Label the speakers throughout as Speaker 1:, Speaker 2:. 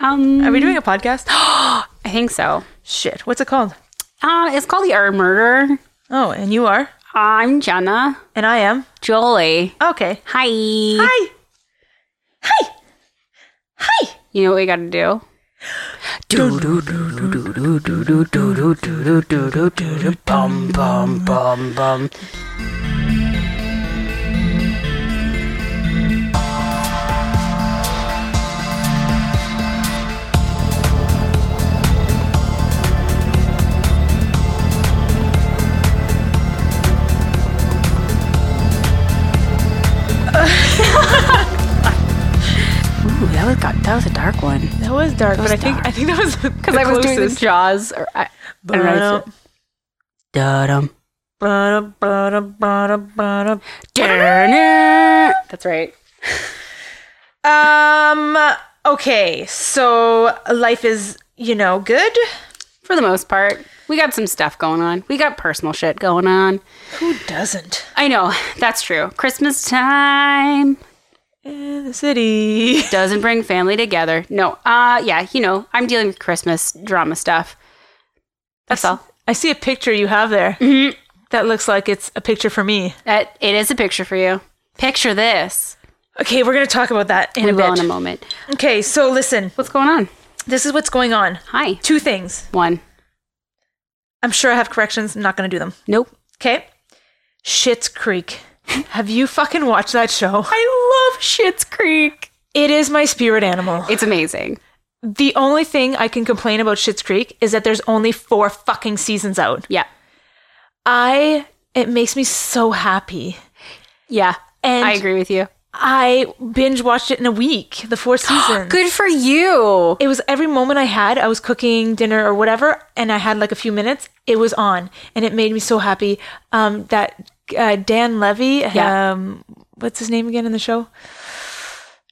Speaker 1: Are we doing a podcast?
Speaker 2: Um, I think so.
Speaker 1: Shit. What's it called?
Speaker 2: Um, it's called the Herb Murder.
Speaker 1: Oh, and you are?
Speaker 2: I'm Jenna
Speaker 1: And I am?
Speaker 2: Jolie.
Speaker 1: Okay.
Speaker 2: Hi.
Speaker 1: Hi. Hi. Hi.
Speaker 2: You know what we got to do?
Speaker 3: Bum bum bum bum.
Speaker 2: Ooh, that was got, that was a dark one.
Speaker 1: That was dark, but I think I think that was
Speaker 2: Because
Speaker 1: because
Speaker 2: I was doing the jaws. Or I, I don't know. it's- Da-dum. Da-da. That's right.
Speaker 1: Um. Okay. So life is, you know, good.
Speaker 2: For the most part, we got some stuff going on. We got personal shit going on.
Speaker 1: Who doesn't?
Speaker 2: I know that's true. Christmas time
Speaker 1: In the city.
Speaker 2: doesn't bring family together. No. Uh, yeah. You know, I'm dealing with Christmas drama stuff. That's all. Mm-hmm.
Speaker 1: I see a picture you have there. That looks like it's a picture for me.
Speaker 2: That Uh, it is a picture for you. Picture this.
Speaker 1: Okay, we're gonna talk about that in
Speaker 2: We
Speaker 1: a
Speaker 2: will in
Speaker 1: bit.
Speaker 2: a moment.
Speaker 1: Okay, so listen,
Speaker 2: What's going on?
Speaker 1: this is what's going on.
Speaker 2: Hi.
Speaker 1: Two things.
Speaker 2: One.
Speaker 1: I'm sure I have corrections. I'm not gonna do them.
Speaker 2: Nope.
Speaker 1: Okay. Shit's Creek. have you fucking watched that show?
Speaker 2: I love Oh, Shit's Creek.
Speaker 1: It is my spirit animal.
Speaker 2: It's amazing.
Speaker 1: The only thing I can complain about Shit's Creek is that there's only four fucking seasons out.
Speaker 2: Yeah.
Speaker 1: I it makes me so happy.
Speaker 2: Yeah.
Speaker 1: And-
Speaker 2: I agree with you.
Speaker 1: I binge watched it in a week, the four seasons.
Speaker 2: Good for you.
Speaker 1: it was every moment I had. I was cooking dinner or whatever, and I had like a few minutes. It was on, and it made me so happy. Um, that uh, Dan Levy,
Speaker 2: Yeah.
Speaker 1: um, what's his name again in the show?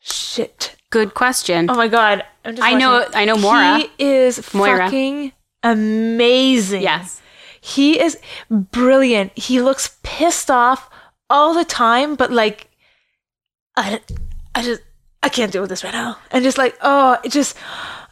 Speaker 1: Shit!
Speaker 2: Good question.
Speaker 1: Oh my god! I'm just
Speaker 2: I know-
Speaker 1: watching it.
Speaker 2: I know Moira.
Speaker 1: He is
Speaker 2: Moira.
Speaker 1: fucking amazing.
Speaker 2: Yes.
Speaker 1: he is brilliant. He looks pissed off all the time, but like, I, I just. I can't deal with this right now. And just like, oh, it just,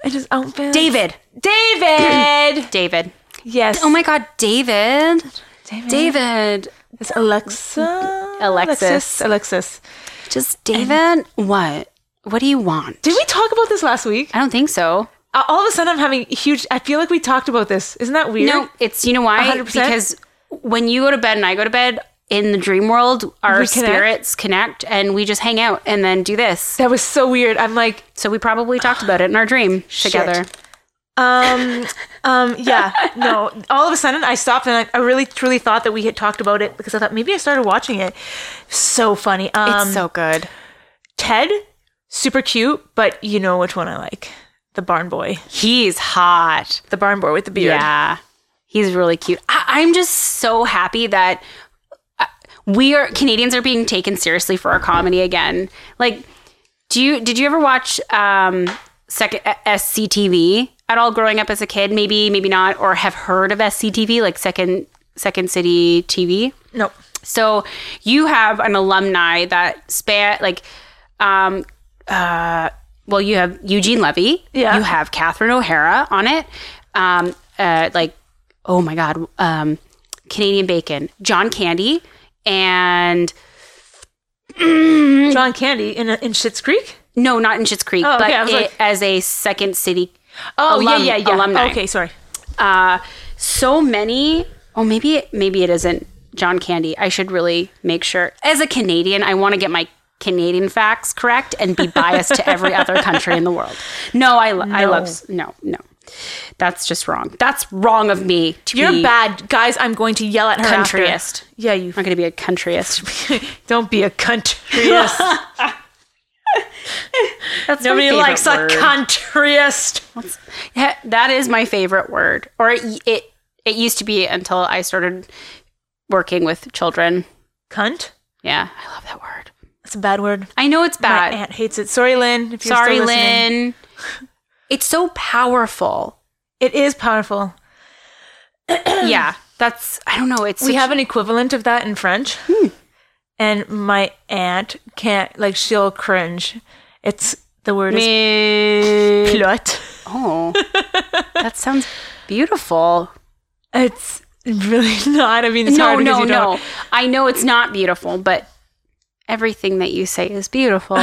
Speaker 1: it just outfits.
Speaker 2: David.
Speaker 1: David.
Speaker 2: David.
Speaker 1: yes.
Speaker 2: Oh my God, David.
Speaker 1: David.
Speaker 2: David.
Speaker 1: It's Alexa.
Speaker 2: Alexis.
Speaker 1: Alexis. Alexis.
Speaker 2: Just David. What? What do you want?
Speaker 1: Did we talk about this last week?
Speaker 2: I don't think so.
Speaker 1: Uh, All of a sudden, I'm having huge. I feel like we talked about this. Isn't that weird?
Speaker 2: No, it's you know why?
Speaker 1: 100%?
Speaker 2: Because when you go to bed and I go to bed in the dream world, our
Speaker 1: We connect?
Speaker 2: spirits connect and we just hang out and then do this.
Speaker 1: That was so weird. I'm like,
Speaker 2: So we probably talked about it in our dream together.
Speaker 1: um, um, yeah, no. All of a sudden, I stopped and I, I really, truly thought that we had talked about it because I thought maybe I started watching it. So funny. Um,
Speaker 2: it's so good.
Speaker 1: Ted, super cute, but you know which one I like. The barn boy.
Speaker 2: He's hot.
Speaker 1: The barn boy with the beard.
Speaker 2: Yeah. He's really cute. I- I'm just so happy that uh, we are Canadians are being taken seriously for our comedy again. Like, do you did you ever watch um second uh, SCTV at all growing up as a kid? Maybe maybe not, or have heard of SCTV like second Second City TV.
Speaker 1: No.
Speaker 2: So you have an alumni that span like, um, uh, well, you have Eugene Levy.
Speaker 1: Yeah.
Speaker 2: You have Catherine O'Hara on it. Um, uh, like, oh my God, um, Canadian Bacon, John Candy, and
Speaker 1: John Candy in in Schitt's Creek.
Speaker 2: no, not in Schitt's Creek,
Speaker 1: Oh, okay, I
Speaker 2: but
Speaker 1: was
Speaker 2: it,
Speaker 1: like-
Speaker 2: as a Second City.
Speaker 1: Oh
Speaker 2: alum-
Speaker 1: yeah, yeah, yeah.
Speaker 2: Alumni.
Speaker 1: Okay, sorry.
Speaker 2: Uh, so many. Oh, maybe it, maybe it isn't John Candy. I should really make sure. As a Canadian, I want to get my Canadian facts correct and be biased to every other country in the world. No, I lo- I love s- no no. That's just wrong. That's wrong of me. To
Speaker 1: You're
Speaker 2: be
Speaker 1: bad, guys. I'm going to yell at her. after.
Speaker 2: Countryist.
Speaker 1: Yeah, you.
Speaker 2: I'm not going to be a countryist.
Speaker 1: Don't be a countryist.
Speaker 2: That's my
Speaker 1: Nobody
Speaker 2: favorite
Speaker 1: likes a
Speaker 2: word.
Speaker 1: countryist.
Speaker 2: He- That is my favorite word. Or it, it it used to be until I started working with children.
Speaker 1: Cunt.
Speaker 2: Yeah, I love that word.
Speaker 1: That's a bad word.
Speaker 2: I know it's
Speaker 1: My
Speaker 2: bad.
Speaker 1: aunt hates it. Sorry, Lynn. If you're
Speaker 2: Sorry,
Speaker 1: still listening.
Speaker 2: Lynn. It's so powerful.
Speaker 1: It is powerful.
Speaker 2: yeah, that's I don't know. It's
Speaker 1: we
Speaker 2: such-
Speaker 1: have an equivalent of that in French, and my aunt can't. Like she'll cringe. It's the word is
Speaker 2: Me-
Speaker 1: plot.
Speaker 2: Oh, that sounds beautiful.
Speaker 1: It's really not. I mean, it's
Speaker 2: no,
Speaker 1: hard because
Speaker 2: no,
Speaker 1: you
Speaker 2: no.
Speaker 1: don't.
Speaker 2: I know it's not beautiful, but everything that you say is beautiful.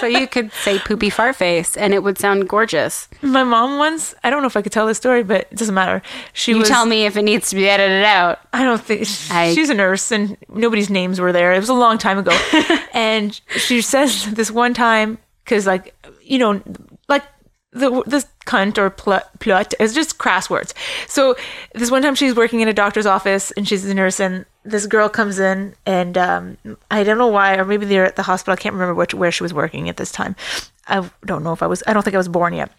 Speaker 2: so you could say poopy fart face and it would sound gorgeous.
Speaker 1: My mom once. I don't know if I could tell this story, but it doesn't matter. She
Speaker 2: You
Speaker 1: was.
Speaker 2: tell me if it needs to be edited out.
Speaker 1: I don't think
Speaker 2: I-
Speaker 1: she's a nurse and nobody's names were there. It was a long time ago. and she says this one time cuz like you know like the this cunt or pl- plut is just crass words. So this one time she's working in a doctor's office and she's a nurse and this girl comes in and um, I don't know why or maybe they're at the hospital. I can't remember which where she was working at this time. I don't know if I was I don't think I was born yet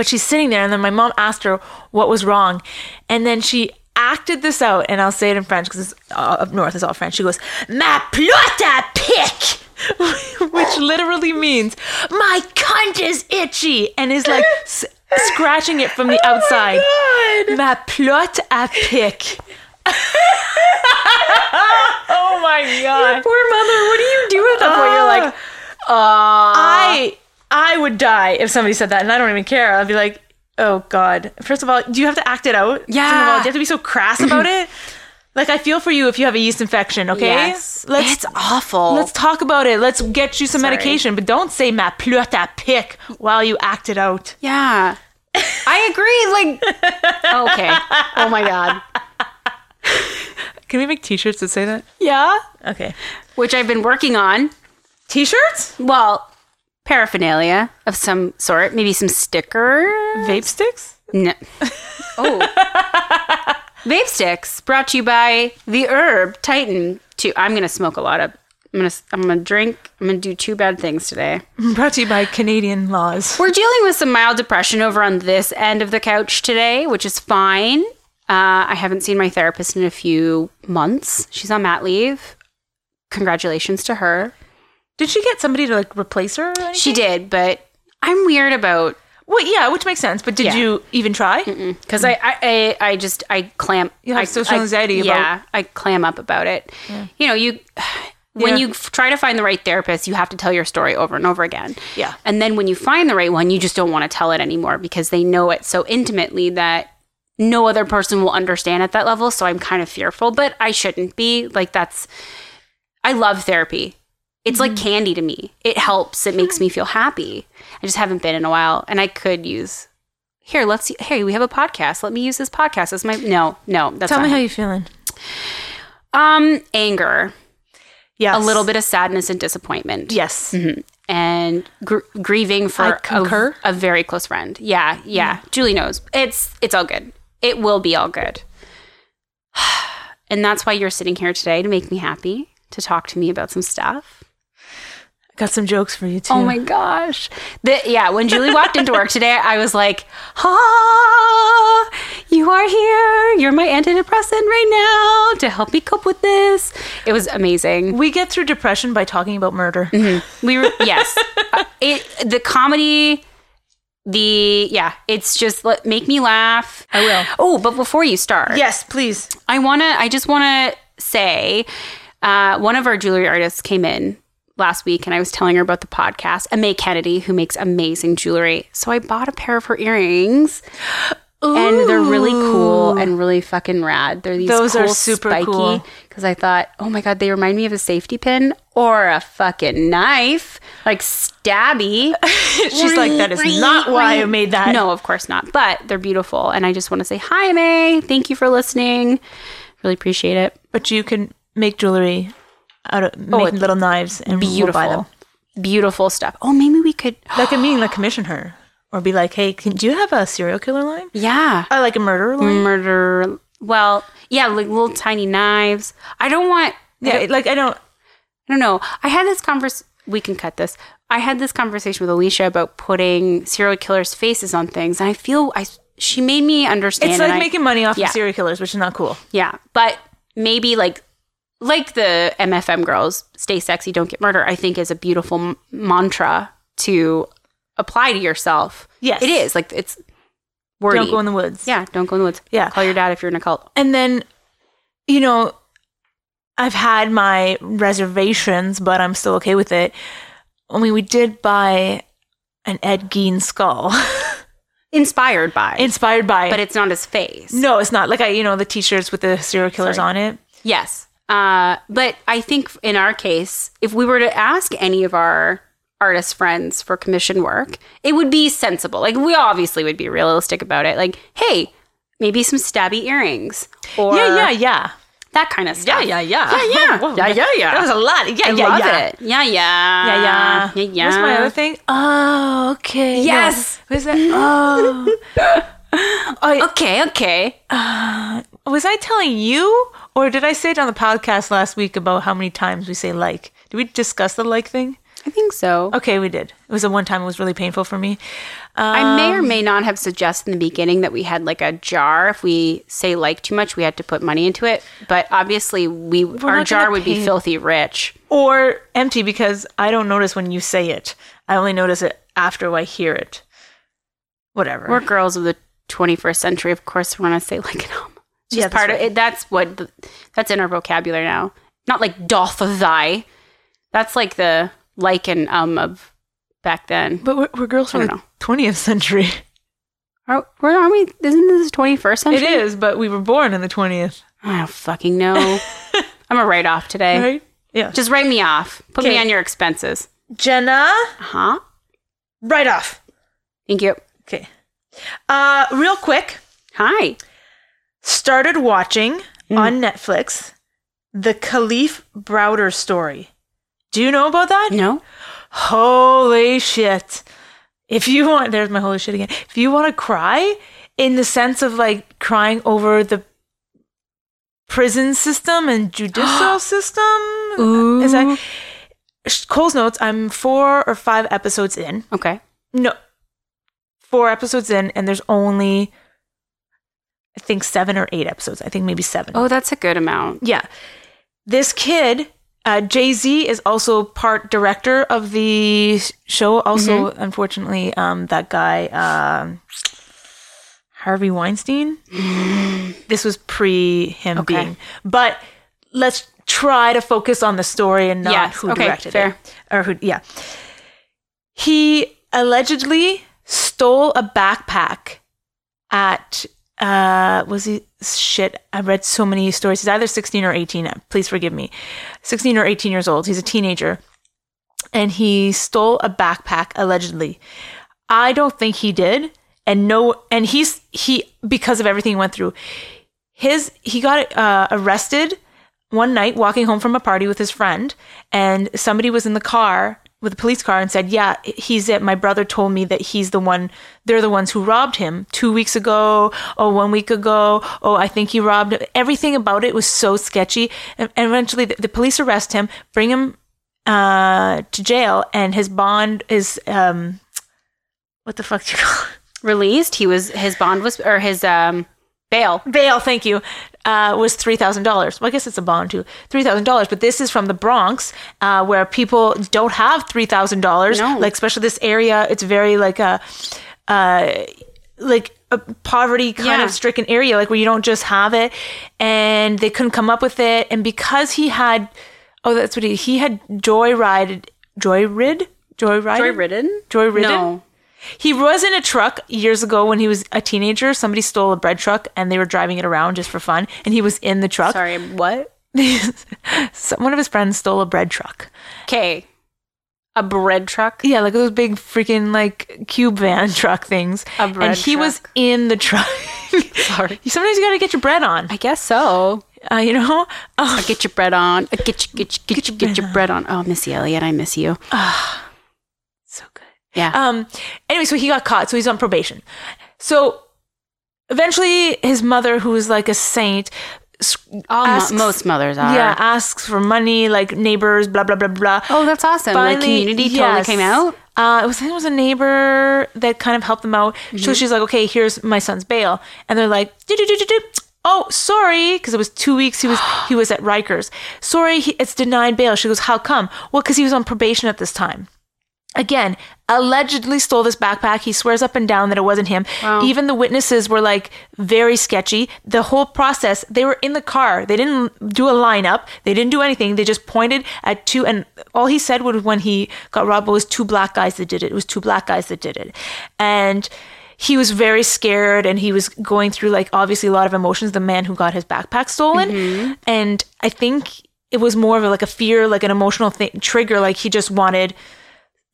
Speaker 1: but she's sitting there and then my mom asked her what was wrong and then she acted this out and i'll say it in french because uh, up north is all french she goes ma plota pic which literally means my cunt is itchy and is like s- scratching it from the
Speaker 2: Oh
Speaker 1: outside ma plot a pic oh my god
Speaker 2: Poor mother, what do you do at that
Speaker 1: point? You're like,
Speaker 2: uh,
Speaker 1: I I would die if somebody said that, and I don't even care. I'd be like, oh god. First of all, do you have to act it out? Second of
Speaker 2: Yeah.
Speaker 1: all, do you have to be so crass about it? Like I feel for you if you have a yeast infection. Okay,
Speaker 2: yes.
Speaker 1: let's
Speaker 2: it's awful.
Speaker 1: let's talk about it. Let's get you some
Speaker 2: Sorry.
Speaker 1: medication, but don't say ma pleuta pic while you act it out.
Speaker 2: yeah. I agree. Like, okay. Oh my God.
Speaker 1: Can we make T-shirts that say that?
Speaker 2: Yeah.
Speaker 1: Okay,
Speaker 2: Which I've been working on.
Speaker 1: T-shirts,
Speaker 2: Well, paraphernalia of some sort, maybe some sticker.
Speaker 1: vape sticks.
Speaker 2: No. Oh. Vape sticks brought to you by the herb Titan. Two. I'm gonna smoke a lot of. I'm gonna. I'm gonna drink. I'm gonna do two bad things today.
Speaker 1: Brought to you by Canadian Laws.
Speaker 2: We're dealing with some mild depression over on this end of the couch today, which is fine. Uh, I haven't seen my therapist in a few months. She's on mat leave. Congratulations to her.
Speaker 1: Did she get somebody to like replace her? Or anything?
Speaker 2: She did, but I'm weird about
Speaker 1: Well, yeah, which makes sense. But did
Speaker 2: Yeah.
Speaker 1: you even try?
Speaker 2: because I, I, I, I just I clamp.
Speaker 1: You have
Speaker 2: I,
Speaker 1: social
Speaker 2: I-
Speaker 1: anxiety about-
Speaker 2: Yeah, I clam up about it. You know, you when
Speaker 1: Yeah.
Speaker 2: you f- try to find the right therapist, you have to tell your story over and over again.
Speaker 1: Yeah.
Speaker 2: and then when you find the right one, you just don't want to tell it anymore because they know it so intimately that no other person will understand at that level. So I'm kind of fearful, but I shouldn't be. Like that's I love therapy. It's like
Speaker 1: Mm-hmm.
Speaker 2: candy to me. It helps. It makes me feel happy. I just haven't been in a while, and I could use. Here, let's. Hey, we have a podcast. Let me use this podcast. This might. No, no. That's
Speaker 1: Tell
Speaker 2: not
Speaker 1: me how you're feeling.
Speaker 2: Um, anger,
Speaker 1: Yeah,
Speaker 2: a little bit of sadness and disappointment.
Speaker 1: Yes.
Speaker 2: Mm-hmm. and gr- grieving for
Speaker 1: I concur. Mm-hmm.
Speaker 2: A, a very close friend. Yeah, yeah. Julie knows. It's it's all good. It will be all good. And that's why you're sitting here today to make me happy, to talk to me about some stuff.
Speaker 1: Got some jokes for you too.
Speaker 2: Oh my gosh. The, yeah, when Julie walked into work today, I was like, ah, you are here. You're my antidepressant right now to help me cope with this. It was amazing.
Speaker 1: We get through depression by talking about murder.
Speaker 2: Mm-hmm. We were, yes. Uh, it, the comedy, the, yeah, it's just let, make me laugh. I will. Oh, but before you start.
Speaker 1: Yes, please.
Speaker 2: I want to, I just want to say uh, one of our jewelry artists came in last week and I was telling her about the podcast, and May Kennedy, who makes amazing jewelry. So I bought a pair of her earrings and they're really cool and really fucking rad. They're these
Speaker 1: Those
Speaker 2: cool,
Speaker 1: are super
Speaker 2: spiky
Speaker 1: cool.
Speaker 2: because I thought, oh my God, they remind me of a safety pin or a fucking knife, like stabby.
Speaker 1: She's like, that is not why I made that.
Speaker 2: No, of course not. But they're beautiful. And I just want to say hi, May. Thank you for listening. Really appreciate it.
Speaker 1: But you can make jewelry out of make
Speaker 2: it's
Speaker 1: little knives and we'll
Speaker 2: Beautiful.
Speaker 1: buy them.
Speaker 2: Beautiful stuff. Oh, maybe we could.
Speaker 1: Like I mean, like commission her or be like, hey, can, do you have a serial killer line?
Speaker 2: Yeah.
Speaker 1: Or like a murderer line?
Speaker 2: Murder. Well, yeah, like little tiny knives. I don't want.
Speaker 1: Yeah, it- Mm-hmm. like I don't.
Speaker 2: I don't know. I had this convers. We can cut this. I had this conversation with Alicia about putting serial killers' faces on things, and I feel I. She made me understand.
Speaker 1: It's
Speaker 2: and
Speaker 1: like
Speaker 2: I-
Speaker 1: making money off
Speaker 2: yeah.
Speaker 1: of serial killers, which is not cool.
Speaker 2: Yeah, but maybe like like the MFM girls, stay sexy, don't get murder. I think is a beautiful m- mantra to apply to yourself.
Speaker 1: Yes.
Speaker 2: it is. Like it's wordy.
Speaker 1: Don't go in the woods.
Speaker 2: yeah, don't go in the woods.
Speaker 1: Yeah.
Speaker 2: call your dad if you're in a cult.
Speaker 1: and then you know i've had my reservations but i'm still okay with it i mean we did buy an Ed Gein skull
Speaker 2: Inspired by.
Speaker 1: inspired by.
Speaker 2: but it's not his face.
Speaker 1: no, it's not like I, you know, the T-shirts with the serial killers on it.
Speaker 2: Yes. Uh, but I think in our case, if we were to ask any of our artist friends for commission work, it would be sensible. Like, we obviously would be realistic about it. Like, hey, maybe some stabby earrings or
Speaker 1: yeah, yeah, yeah,
Speaker 2: that kind of stuff.
Speaker 1: yeah, yeah, yeah, Whoa,
Speaker 2: Yeah, yeah, yeah.
Speaker 1: That was a lot. Yeah,
Speaker 2: I
Speaker 1: yeah,
Speaker 2: love
Speaker 1: yeah.
Speaker 2: it. Yeah, yeah.
Speaker 1: Yeah, yeah.
Speaker 2: Yeah, yeah.
Speaker 1: What's my other thing? Oh, okay. No.
Speaker 2: Yes.
Speaker 1: Was that? Oh. I,
Speaker 2: Okay, okay.
Speaker 1: was I telling you, or did I say it on the podcast last week about how many times we say like? Did we discuss the like thing?
Speaker 2: I think so.
Speaker 1: Okay, we did. It was the one time it was really painful for me. Um,
Speaker 2: I may or may not have suggested in the beginning that we had like a jar. If we say like too much, we had to put money into it. But obviously, we our
Speaker 1: not
Speaker 2: jar
Speaker 1: gonna
Speaker 2: would be
Speaker 1: pay-
Speaker 2: filthy rich.
Speaker 1: Or empty because I don't notice when you say it. I only notice it after I hear it. Whatever.
Speaker 2: We're girls of the 21st century. Of course, we want to say like an home. It's
Speaker 1: Yeah,
Speaker 2: just
Speaker 1: that's
Speaker 2: part of
Speaker 1: right.
Speaker 2: it. That's what the, that's in our vocabulary now. Not like doth thy. That's like the like and um of back then.
Speaker 1: but we're, we're girls
Speaker 2: I
Speaker 1: from
Speaker 2: don't
Speaker 1: the
Speaker 2: know.
Speaker 1: twentieth century.
Speaker 2: Are, where are we? Isn't this 21st
Speaker 1: It
Speaker 2: century?
Speaker 1: is, but we were born in the twentieth,
Speaker 2: I don't fucking know. I'm a write off today.
Speaker 1: right? Yeah.
Speaker 2: Just write me off. Put me
Speaker 1: Okay. Uh-huh.
Speaker 2: on your expenses.
Speaker 1: Jenna,
Speaker 2: Uh huh.
Speaker 1: right off.
Speaker 2: Thank you.
Speaker 1: Okay. Uh, real quick,
Speaker 2: Hi.
Speaker 1: started watching on Netflix the Khalif Browder story. Do you know about that?
Speaker 2: No.
Speaker 1: Holy shit. If you want, there's my holy shit again. If you want to cry in the sense of like crying over the prison system and judicial system,
Speaker 2: Ooh.
Speaker 1: is that Cole's notes? I'm four or five episodes in.
Speaker 2: Okay.
Speaker 1: No. Four episodes in, and there's only, I think, seven or eight episodes. I think maybe seven.
Speaker 2: Oh, that's a good amount.
Speaker 1: Yeah. This kid, uh, Jay Z, is also part director of the show. Also,
Speaker 2: Mm-hmm.
Speaker 1: unfortunately, um, that guy, um, Harvey Weinstein. this was pre him
Speaker 2: Mm-hmm. Okay.
Speaker 1: being. But let's try to focus on the story and not
Speaker 2: Yes.
Speaker 1: who
Speaker 2: Okay,
Speaker 1: directed
Speaker 2: fair.
Speaker 1: it. Or who, yeah. He allegedly stole a backpack at uh was he shit i read so many stories he's either 16 or 18 uh, please forgive me 16 or 18 years old he's a teenager and he stole a backpack allegedly i don't think he did and no and he's he because of everything he went through his he got uh, arrested one night walking home from a party with his friend and somebody was in the car with a police car and said yeah he's it my brother told me that he's the one they're the ones who robbed him two weeks ago oh one week ago oh i think he robbed him." everything about it was so sketchy and, and eventually the, the police arrest him bring him uh, to jail and his bond is um what the fuck do you call it
Speaker 2: Released. He was his bond was or his um bail.
Speaker 1: bail, thank you, uh, was three thousand dollars. Well, I guess it's a bond too, three thousand dollars. But this is from the Bronx, uh, where people don't have three thousand dollars.
Speaker 2: No.
Speaker 1: Like especially this area, it's very like a, uh, like a poverty kind
Speaker 2: Yeah.
Speaker 1: of stricken area, like where you don't just have it, and they couldn't come up with it. And because he had, oh, that's what he he had joyrided, joyrid, joyrided,
Speaker 2: ridden.
Speaker 1: joyridden.
Speaker 2: No.
Speaker 1: He was in a truck years ago when he was a teenager. Somebody stole a bread truck and they were driving it around just for fun. And he was in the truck.
Speaker 2: Sorry. What?
Speaker 1: Some- One of his friends stole a bread truck.
Speaker 2: Okay. A bread truck.
Speaker 1: Yeah, like those big freaking like cube van truck things.
Speaker 2: A bread
Speaker 1: and he was
Speaker 2: truck.
Speaker 1: in the truck.
Speaker 2: Sorry.
Speaker 1: Sometimes you got to get your bread on,
Speaker 2: I guess so.
Speaker 1: uh, you know? Oh,
Speaker 2: Get your bread on. Uh, Get your get your, get your, get your bread on. Oh, Missy Elliott, I miss you.
Speaker 1: so good.
Speaker 2: Yeah.
Speaker 1: Um, anyway, so he got caught, so he's on probation. So eventually, his mother, who was like a saint, s-
Speaker 2: All mo-
Speaker 1: asks-
Speaker 2: most mothers are.
Speaker 1: Yeah, asks for money, like neighbors, blah blah blah blah.
Speaker 2: Oh, that's awesome. like community totally
Speaker 1: yes.
Speaker 2: came out.
Speaker 1: Uh, it was I think it was a neighbor that kind of helped them out.
Speaker 2: Mm-hmm.
Speaker 1: So she's like, "Okay, here's my son's bail," and they're like, "Do do do do do." Oh, sorry, because it was two weeks. He was he was at Rikers. Sorry, he, it's denied bail. She goes, "How come?" Well, because he was on probation at this time. again allegedly stole this backpack he swears up and down that it wasn't him even the witnesses were like very sketchy the whole process they were in the car they didn't do a lineup they didn't do anything they just pointed at two and all he said was when he got robbed was two black guys that did it it was two black guys that did it and he was very scared and he was going through like obviously a lot of emotions the man who got his backpack stolen and i think it was more of like a fear like an emotional thing trigger like he just wanted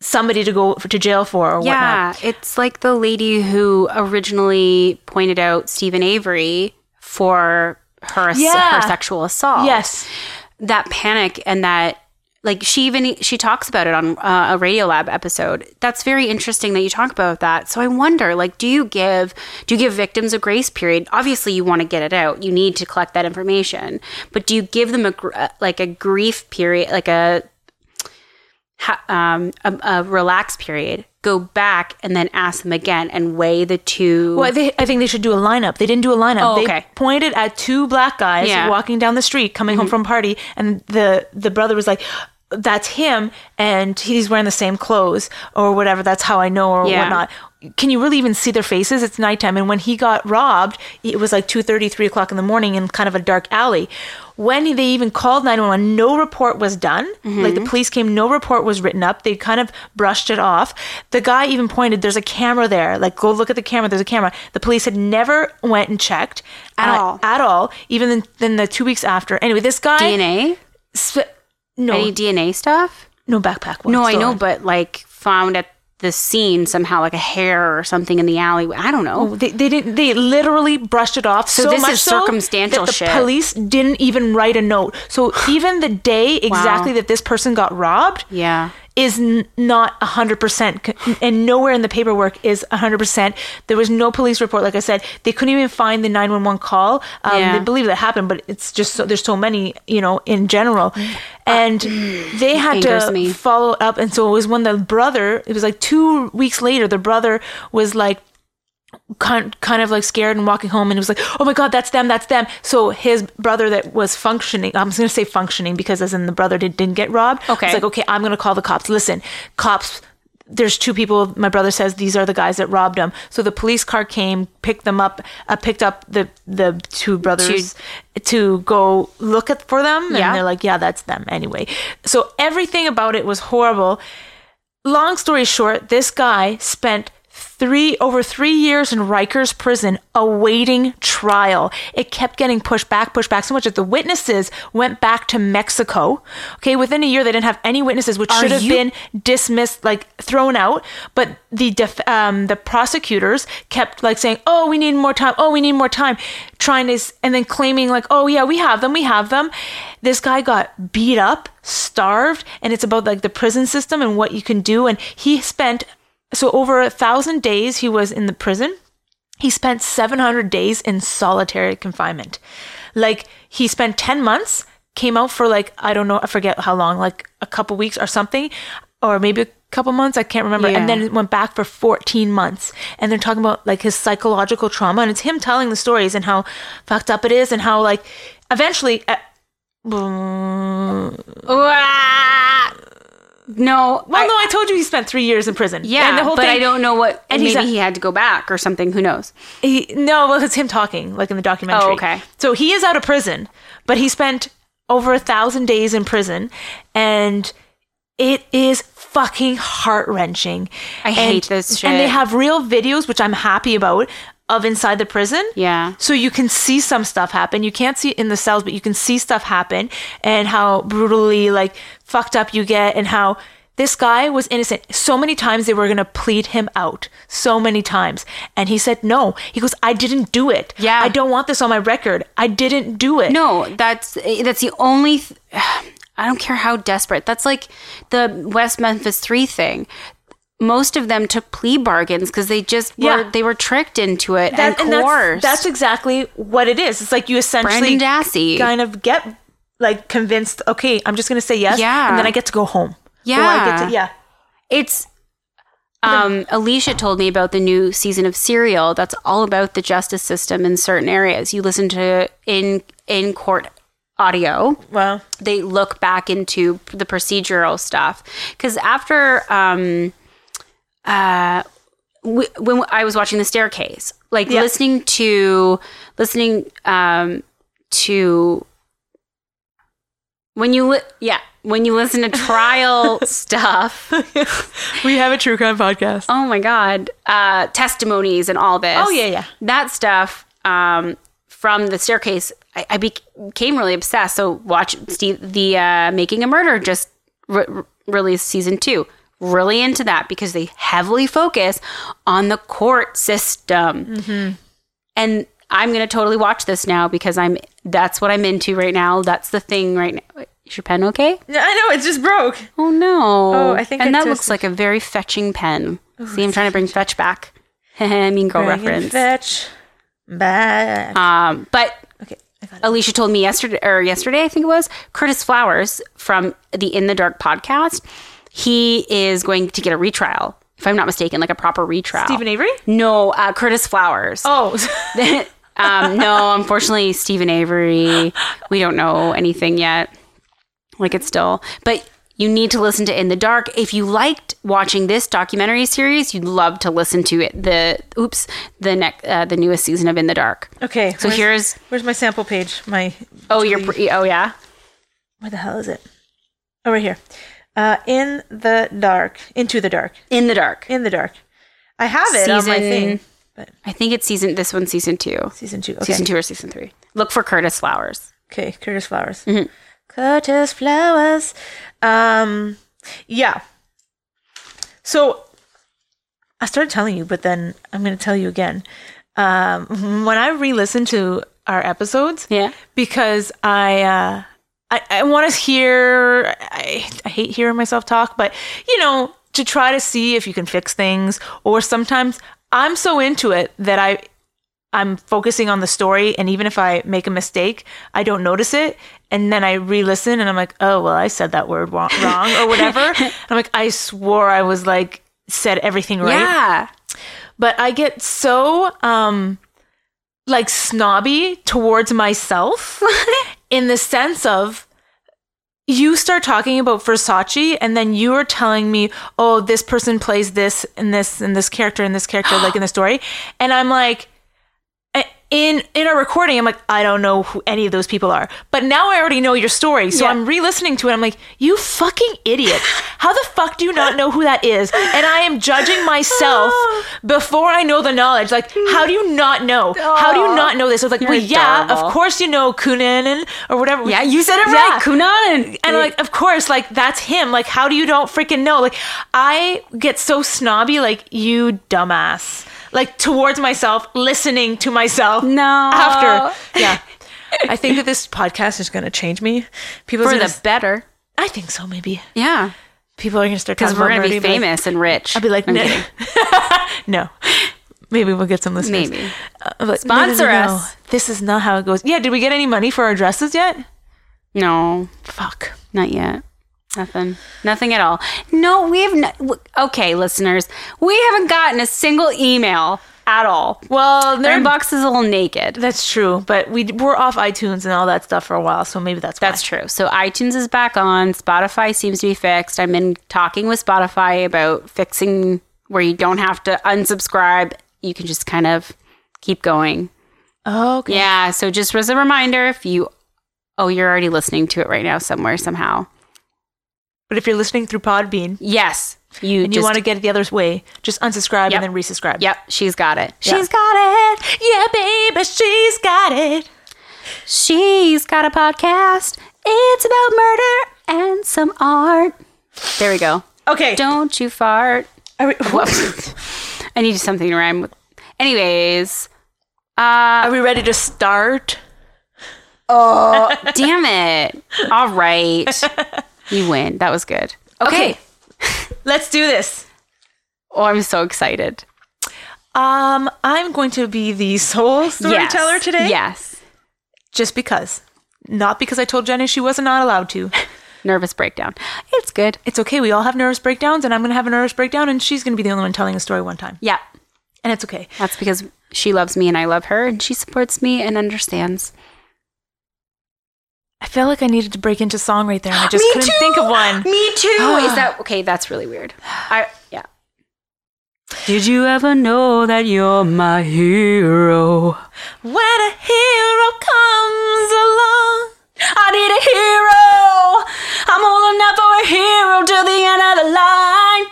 Speaker 1: somebody to go to jail for or whatnot.
Speaker 2: Yeah, it's like the lady who originally pointed out Stephen Avery for her ass-
Speaker 1: Yeah.
Speaker 2: her sexual assault.
Speaker 1: Yes.
Speaker 2: that panic and that like she even she talks about it on uh, a radio lab episode that's very interesting that you talk about that so i wonder like do you give do you give victims a grace period obviously you want to get it out you need to collect that information but do you give them a gr- uh, like a grief period like a ha- um a, a relax period go back and then ask them again and weigh the two
Speaker 1: Well, they, I think they should do a lineup. They didn't do a lineup.
Speaker 2: Oh,
Speaker 1: they
Speaker 2: okay.
Speaker 1: pointed at two black guys
Speaker 2: Yeah. Mm-hmm.
Speaker 1: walking down the street, coming home from a party, and the the brother was like, "That's him," and he's wearing the same clothes or whatever. That's how I know or
Speaker 2: Yeah.
Speaker 1: whatnot. Can you really even see their faces? It's nighttime, and when he got robbed, it was like 2.30, 3 o'clock in the morning in kind of a dark alley. When they even called 911, no report was done. Like
Speaker 2: Mm-hmm.
Speaker 1: the police came, no report was written up. They kind of brushed it off. The guy even pointed, there's a camera there. Like, go look at the camera. There's a camera. The police had never went and checked
Speaker 2: At all.
Speaker 1: At all. Even then, then the two weeks after. Anyway, this guy.
Speaker 2: dna
Speaker 1: sp- no,
Speaker 2: any dna stuff
Speaker 1: no backpack. was
Speaker 2: No, I know,
Speaker 1: stolen.
Speaker 2: but like found at the scene somehow, like a hair or something in the alleyway. I don't know.
Speaker 1: They, they didn't. They literally brushed it off. So,
Speaker 2: this
Speaker 1: much
Speaker 2: is
Speaker 1: so
Speaker 2: circumstantial
Speaker 1: that the
Speaker 2: shit.
Speaker 1: police didn't even write a note. So even the day exactly that this person got robbed
Speaker 2: Yeah.
Speaker 1: is n- not hundred percent, and nowhere in the paperwork is hundred percent. There was no police report. Like I said, they couldn't even find the nine one one call. Um,
Speaker 2: Yeah.
Speaker 1: They believe that happened, but it's just so, there's so many, you know, in general, and they had
Speaker 2: angers
Speaker 1: to
Speaker 2: me.
Speaker 1: follow up. And so it was when the brother. It was like two weeks later. The brother was like kind, kind of like scared and walking home and it was like oh my god that's them that's them so his brother that was functioning i'm just going to say functioning because as in the brother did, didn't get robbed
Speaker 2: Okay.
Speaker 1: it's like okay i'm going to call the cops listen cops there's two people my brother says these are the guys that robbed him so the police car came picked them up uh, picked up the the two brothers to go look at for them
Speaker 2: Yeah.
Speaker 1: and they're like yeah that's them anyway so everything about it was horrible long story short, this guy spent three over three years in Rikers prison awaiting trial. It kept getting pushed back, pushed back so much that the witnesses went back to Mexico. Okay, within a year they didn't have any witnesses, which should have
Speaker 2: you-
Speaker 1: been dismissed, like thrown out. But the def- um, the prosecutors kept like saying, "Oh, we need more time. Oh, we need more time," trying to, s- and then claiming like, "Oh yeah, we have them. We have them." This guy got beat up, starved, and it's about like the prison system and what you can do. And he spent so over a thousand days he was in the prison. He spent 700 days in solitary confinement. Like he spent 10 months, came out for like I don't know, I forget how long, like a couple weeks or something or maybe a couple months, I can't remember.
Speaker 2: Yeah.
Speaker 1: And then went back for 14 months. And they're talking about like his psychological trauma and it's him telling the stories and how fucked up it is and how like eventually uh,
Speaker 2: Wah! No.
Speaker 1: well
Speaker 2: I-
Speaker 1: no, I told you he spent 3 years in prison.
Speaker 2: yeah,
Speaker 1: and the whole
Speaker 2: but
Speaker 1: thing,
Speaker 2: I don't know what.
Speaker 1: and
Speaker 2: And
Speaker 1: he's
Speaker 2: maybe
Speaker 1: a-
Speaker 2: he had to go back or something. Who knows?
Speaker 1: He, no, well, it's him talking, like in the documentary.
Speaker 2: Oh, okay.
Speaker 1: So he is out of prison, but he spent over a thousand days in prison, and it is fucking heart wrenching.
Speaker 2: I hate this
Speaker 1: And they
Speaker 2: shit.
Speaker 1: have real videos, which I'm happy about, of inside the prison.
Speaker 2: Yeah.
Speaker 1: So you can see some stuff happen. You can't see it in the cells, but you can see stuff happen and how brutally like fucked up you get and how this guy was innocent. So many times they were going to plead him out. So many times. And he said no. He goes, "I didn't do it.
Speaker 2: Yeah.
Speaker 1: I don't want this on my record. I didn't do it."
Speaker 2: No, that's that's the only. Th- I don't care how desperate. That's like the West Memphis Three thing. Most of them took plea bargains because they just
Speaker 1: Yeah.
Speaker 2: were they were tricked into it
Speaker 1: That-
Speaker 2: and,
Speaker 1: and that's,
Speaker 2: coerced.
Speaker 1: that's exactly what it is. It's like you essentially
Speaker 2: Brandon Dassey.
Speaker 1: kind of get like convinced, "Okay, I'm just going to say yes."
Speaker 2: Yeah.
Speaker 1: And then I get to go home. Or I get
Speaker 2: Yeah.
Speaker 1: to, yeah.
Speaker 2: it's um, Alicia told me about the new season of Serial that's all about the justice system in certain areas. You listen to in in court audio
Speaker 1: Wow.
Speaker 2: they look back into the procedural stuff because after um uh w- when I was watching the staircase like
Speaker 1: Yeah.
Speaker 2: listening to listening um to when you li- yeah when you listen to trial stuff
Speaker 1: we have a true crime podcast.
Speaker 2: oh my god uh testimonies and all this
Speaker 1: Oh, yeah, yeah.
Speaker 2: that stuff um from the staircase i, I became really obsessed so watch steve the uh making a murder just re- re- released season two really into that because they heavily focus on the court system
Speaker 1: Mm-hmm.
Speaker 2: and i'm gonna totally watch this now because i'm that's what i'm into right now that's the thing right now is your pen okay
Speaker 1: Yeah, I know it just broke.
Speaker 2: Oh no!
Speaker 1: Oh, I think
Speaker 2: and
Speaker 1: I
Speaker 2: that
Speaker 1: just-
Speaker 2: looks like a very fetching pen. See, I'm trying to bring fetch back. mean girl
Speaker 1: Bring and
Speaker 2: reference.
Speaker 1: Fetch. Back.
Speaker 2: Um, but
Speaker 1: okay, I got it.
Speaker 2: Alicia told me yesterday, or yesterday I think it was Curtis Flowers from the In the Dark podcast. He is going to get a retrial, if I'm not mistaken, like a proper retrial.
Speaker 1: Stephen Avery.
Speaker 2: No, uh, Curtis Flowers.
Speaker 1: Oh,
Speaker 2: um, no, unfortunately, Stephen Avery. We don't know anything yet. Like it's still, but you need to listen to In the Dark. If you liked watching this documentary series, you'd love to listen to it. The oops, the next, uh, the newest season of In the Dark.
Speaker 1: okay.
Speaker 2: So
Speaker 1: where's-
Speaker 2: here's
Speaker 1: where's my sample page. My
Speaker 2: oh you're pre- oh yeah
Speaker 1: where the hell is it? Oh, right here. Uh, in the dark. Into the dark.
Speaker 2: In the Dark.
Speaker 1: In the dark. I have it on my
Speaker 2: Season-
Speaker 1: thing. But
Speaker 2: I think it's season this one's season two,
Speaker 1: season two. Okay.
Speaker 2: season two or season three. Look for Curtis Flowers.
Speaker 1: Okay, Curtis Flowers. Curtis Flowers. Um, yeah. So I started telling you, but then I'm going to tell you again. Um, when I re-listen to our episodes,
Speaker 2: Yeah.
Speaker 1: because I uh, I, I want to hear. I, I hate hearing myself talk, but you know, to try to see if you can fix things, or sometimes I'm so into it that I I'm focusing on the story, and even if I make a mistake, I don't notice it. And then I re listen and I'm like, oh, well, I said that word wa- wrong or whatever. And I'm like, I swore I was like, said everything right.
Speaker 2: Yeah.
Speaker 1: But I get so, um, like snobby towards myself in the sense of you start talking about Versace and then you are telling me, oh, this person plays this and this and this character and this character, like in the story. And I'm like, I- in in a recording, I'm like, I don't know who any of those people are. But now I already know your story. So
Speaker 2: Yeah.
Speaker 1: I'm re-listening to it. I'm like, you fucking idiot. How the fuck do you not know who that is? And I am judging myself before I know the knowledge. Like, how do you not know? How do you not know this? I was like,
Speaker 2: You're
Speaker 1: well, yeah,
Speaker 2: adorable.
Speaker 1: of course you know Kunanen or whatever.
Speaker 2: Yeah, you said it
Speaker 1: Yeah.
Speaker 2: right. Kunan.
Speaker 1: And I'm like, of course, like that's him. Like, how do you don't freaking know? Like, I get so snobby, like you dumbass, like towards myself, listening to myself.
Speaker 2: No.
Speaker 1: after, yeah. I think that this podcast is going to change me. People,
Speaker 2: for the better.
Speaker 1: I think so. Maybe
Speaker 2: Yeah.
Speaker 1: people are going to start
Speaker 2: Because
Speaker 1: talking
Speaker 2: we're
Speaker 1: about
Speaker 2: gonna be
Speaker 1: Murdy, like-
Speaker 2: famous and rich.
Speaker 1: I'll be like,
Speaker 2: I'm
Speaker 1: no.
Speaker 2: kidding.
Speaker 1: no. Maybe we'll get some listeners.
Speaker 2: Maybe.
Speaker 1: Uh, but no, no,
Speaker 2: Sponsor
Speaker 1: no, no.
Speaker 2: us.
Speaker 1: This is not how it goes. Yeah. Did we get any money for our dresses yet?
Speaker 2: No,
Speaker 1: Fuck.
Speaker 2: not yet. Nothing. Nothing at all. No, we have not. w- Okay, listeners, we haven't gotten a single email at all.
Speaker 1: Well,
Speaker 2: Their
Speaker 1: they're
Speaker 2: inbox is a little naked.
Speaker 1: That's true, but we d- we're off iTunes and all that stuff for a while, so maybe that's why.
Speaker 2: That's true. So iTunes is back on. Spotify seems to be fixed. I've been talking with Spotify about fixing where you don't have to unsubscribe. You can just kind of keep going.
Speaker 1: Oh, okay.
Speaker 2: Yeah. So just as a reminder, if you, oh, you're already listening to it right now somewhere somehow.
Speaker 1: But if you're listening through Podbean
Speaker 2: Yes. You
Speaker 1: and
Speaker 2: just,
Speaker 1: you want to get it the other way, just unsubscribe
Speaker 2: Yep.
Speaker 1: and then resubscribe.
Speaker 2: Yep, she's got it.
Speaker 1: Yeah.
Speaker 2: She's got it.
Speaker 1: Yeah, baby, she's got it.
Speaker 2: She's got a podcast. It's about murder and some art. There we go.
Speaker 1: Okay.
Speaker 2: Don't you fart.
Speaker 1: Are we,
Speaker 2: I need something to rhyme with. Anyways, uh,
Speaker 1: are we ready to start?
Speaker 2: damn it. All right. You win. That was good. Okay.
Speaker 1: Okay. Let's do this.
Speaker 2: Oh, I'm so excited.
Speaker 1: Um, I'm going to be the sole
Speaker 2: Yes.
Speaker 1: storyteller today.
Speaker 2: Yes.
Speaker 1: Just because. Not because I told Jenny she was not allowed to.
Speaker 2: Nervous breakdown. It's good.
Speaker 1: It's okay. We all have nervous breakdowns, and I'm going to have a nervous breakdown, and she's going to be the only one telling a story one time.
Speaker 2: Yeah.
Speaker 1: And it's okay.
Speaker 2: That's because she loves me and I love her and she supports me and understands.
Speaker 1: I felt like I needed to break into song right there, and I just couldn't think of one. Ah.
Speaker 2: Me too. Is that okay? That's really weird. I yeah. Did you ever know that you're my hero?
Speaker 1: When a hero comes along,
Speaker 2: I need a hero. I'm holding out for a hero to the end of the line.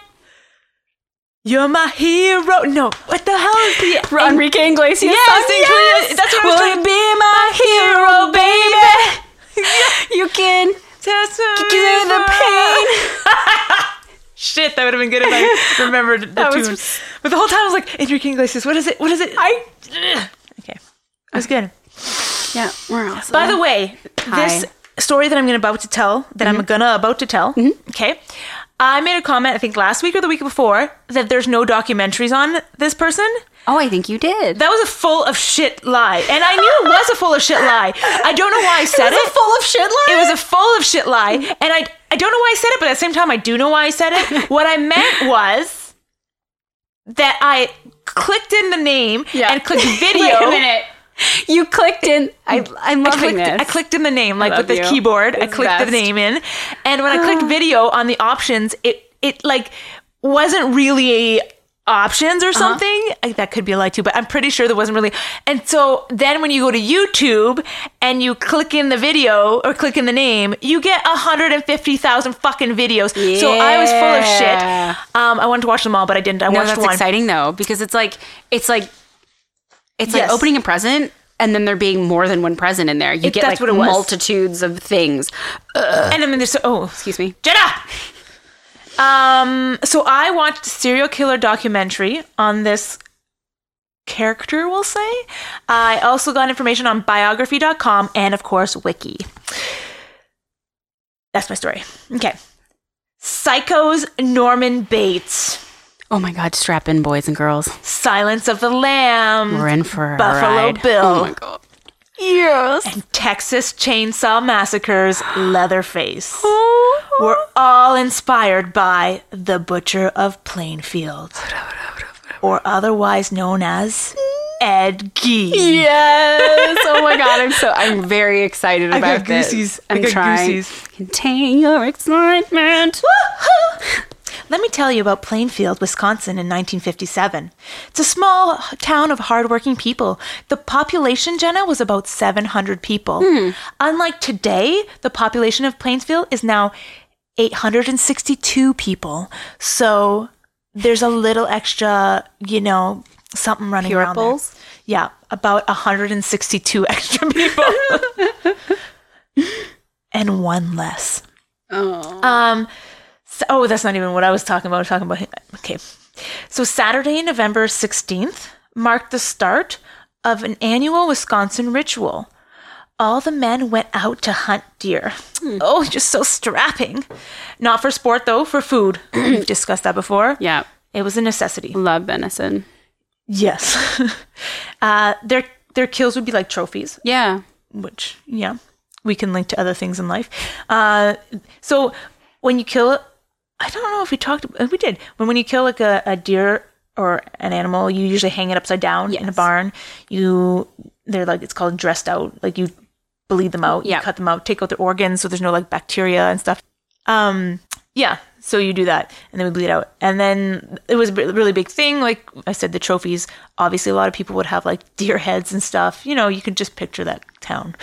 Speaker 1: you're my hero. No, what the hell is the
Speaker 2: Enrique Iglesias.
Speaker 1: Yes, yes,
Speaker 2: That's
Speaker 1: that's
Speaker 2: what Will
Speaker 1: what I was trying-
Speaker 2: you be my hero, baby? you can
Speaker 1: Test me
Speaker 2: cure the
Speaker 1: for-
Speaker 2: pain.
Speaker 1: Shit, that would have been good if I remembered the
Speaker 2: That was-
Speaker 1: tune. but the whole time I was like, Enrique Iglesias, what is it? What is it? I okay, it was good.
Speaker 2: Yeah, we're awesome.
Speaker 1: By the way, this
Speaker 2: Hi.
Speaker 1: story that I'm gonna about to tell, that I'm gonna about to tell, okay. I made a comment, I think last week or the week before, that there's no documentaries on this person.
Speaker 2: oh, I think you did.
Speaker 1: That was a full of shit lie. And I knew it was a full of shit lie. I don't know why I said it.
Speaker 2: was a full of shit lie?
Speaker 1: It was a full of shit lie. And I I don't know why I said it, but at the same time I do know why I said it. what I meant was that I clicked in the name
Speaker 2: Yeah.
Speaker 1: and clicked video.
Speaker 2: Wait a minute. You clicked in. I, I'm
Speaker 1: I
Speaker 2: loving
Speaker 1: clicked,
Speaker 2: this.
Speaker 1: I clicked in the name, like
Speaker 2: love
Speaker 1: with the
Speaker 2: you.
Speaker 1: keyboard. I
Speaker 2: It's
Speaker 1: clicked
Speaker 2: best. Ah.
Speaker 1: the name in, and when I clicked video on the options, it it like wasn't really options
Speaker 2: Uh-huh.
Speaker 1: or something. I, that could be a lie too, but I'm pretty sure there wasn't really. And so then when you go to YouTube and you click in the video or click in the name, you get 150,000 fucking videos. So I was full of
Speaker 2: Yeah.
Speaker 1: shit. Um, I wanted to watch them all, but I didn't. I
Speaker 2: No,
Speaker 1: watched
Speaker 2: that's
Speaker 1: one.
Speaker 2: exciting though, because it's like it's like it's like
Speaker 1: Yes.
Speaker 2: opening a present and then there being more than one present in there. You
Speaker 1: It-
Speaker 2: get
Speaker 1: that's
Speaker 2: like
Speaker 1: what it was.
Speaker 2: multitudes of things.
Speaker 1: And I mean, there's so, oh,
Speaker 2: Excuse me.
Speaker 1: Jenna. Um, so I watched a serial killer documentary on this character, we'll say. I also got information on biography.com and of course wiki. That's my story. Okay. Psychos Norman Bates.
Speaker 2: Oh my god, strap in boys and girls.
Speaker 1: Silence of the Lamb.
Speaker 2: We're in for a
Speaker 1: Buffalo
Speaker 2: ride.
Speaker 1: Bill.
Speaker 2: Oh my god.
Speaker 1: And Texas Chainsaw Massacres Leatherface. Were all inspired by the Butcher of Plainfield, or otherwise known as Ed Gein.
Speaker 2: Yes. Oh my god, I'm so I'm very excited about
Speaker 1: got
Speaker 2: this.
Speaker 1: goosies. I
Speaker 2: I'm
Speaker 1: got
Speaker 2: trying
Speaker 1: goosies.
Speaker 2: contain your excitement.
Speaker 1: Let me tell you about Plainfield, Wisconsin in 1957. It's a small town of hardworking people. The population, Jenna, was about 700 people. Unlike today, the population of Plainfield is now 862 people. So there's a little extra, you know, something running around.
Speaker 2: Puriples?
Speaker 1: There. Yeah, about 162 extra people. and one less. Um, so- oh, that's not even what I was talking about. I was talking about okay. So Saturday, November sixteenth, marked the start of an annual Wisconsin ritual. All the men went out to hunt deer. Oh, just so strapping. Not for sport though, for food. We've discussed that before.
Speaker 2: Yeah.
Speaker 1: It was a necessity.
Speaker 2: Love venison.
Speaker 1: Yes. uh, their their kills would be like trophies
Speaker 2: Yeah.
Speaker 1: which yeah we can link to other things in life uh, so when you kill i don't know if we talked uh, we did when when you kill like a, a deer or an animal you usually hang it upside down in a
Speaker 2: Yes.
Speaker 1: barn you they're like it's called dressed out like you bleed them out
Speaker 2: Yeah.
Speaker 1: you cut them out take out their organs so there's no like bacteria and stuff um yeah so you do that and then we bleed out and then it was a b- really big thing like i said the trophies obviously a lot of people would have like deer heads and stuff you know you could just picture that town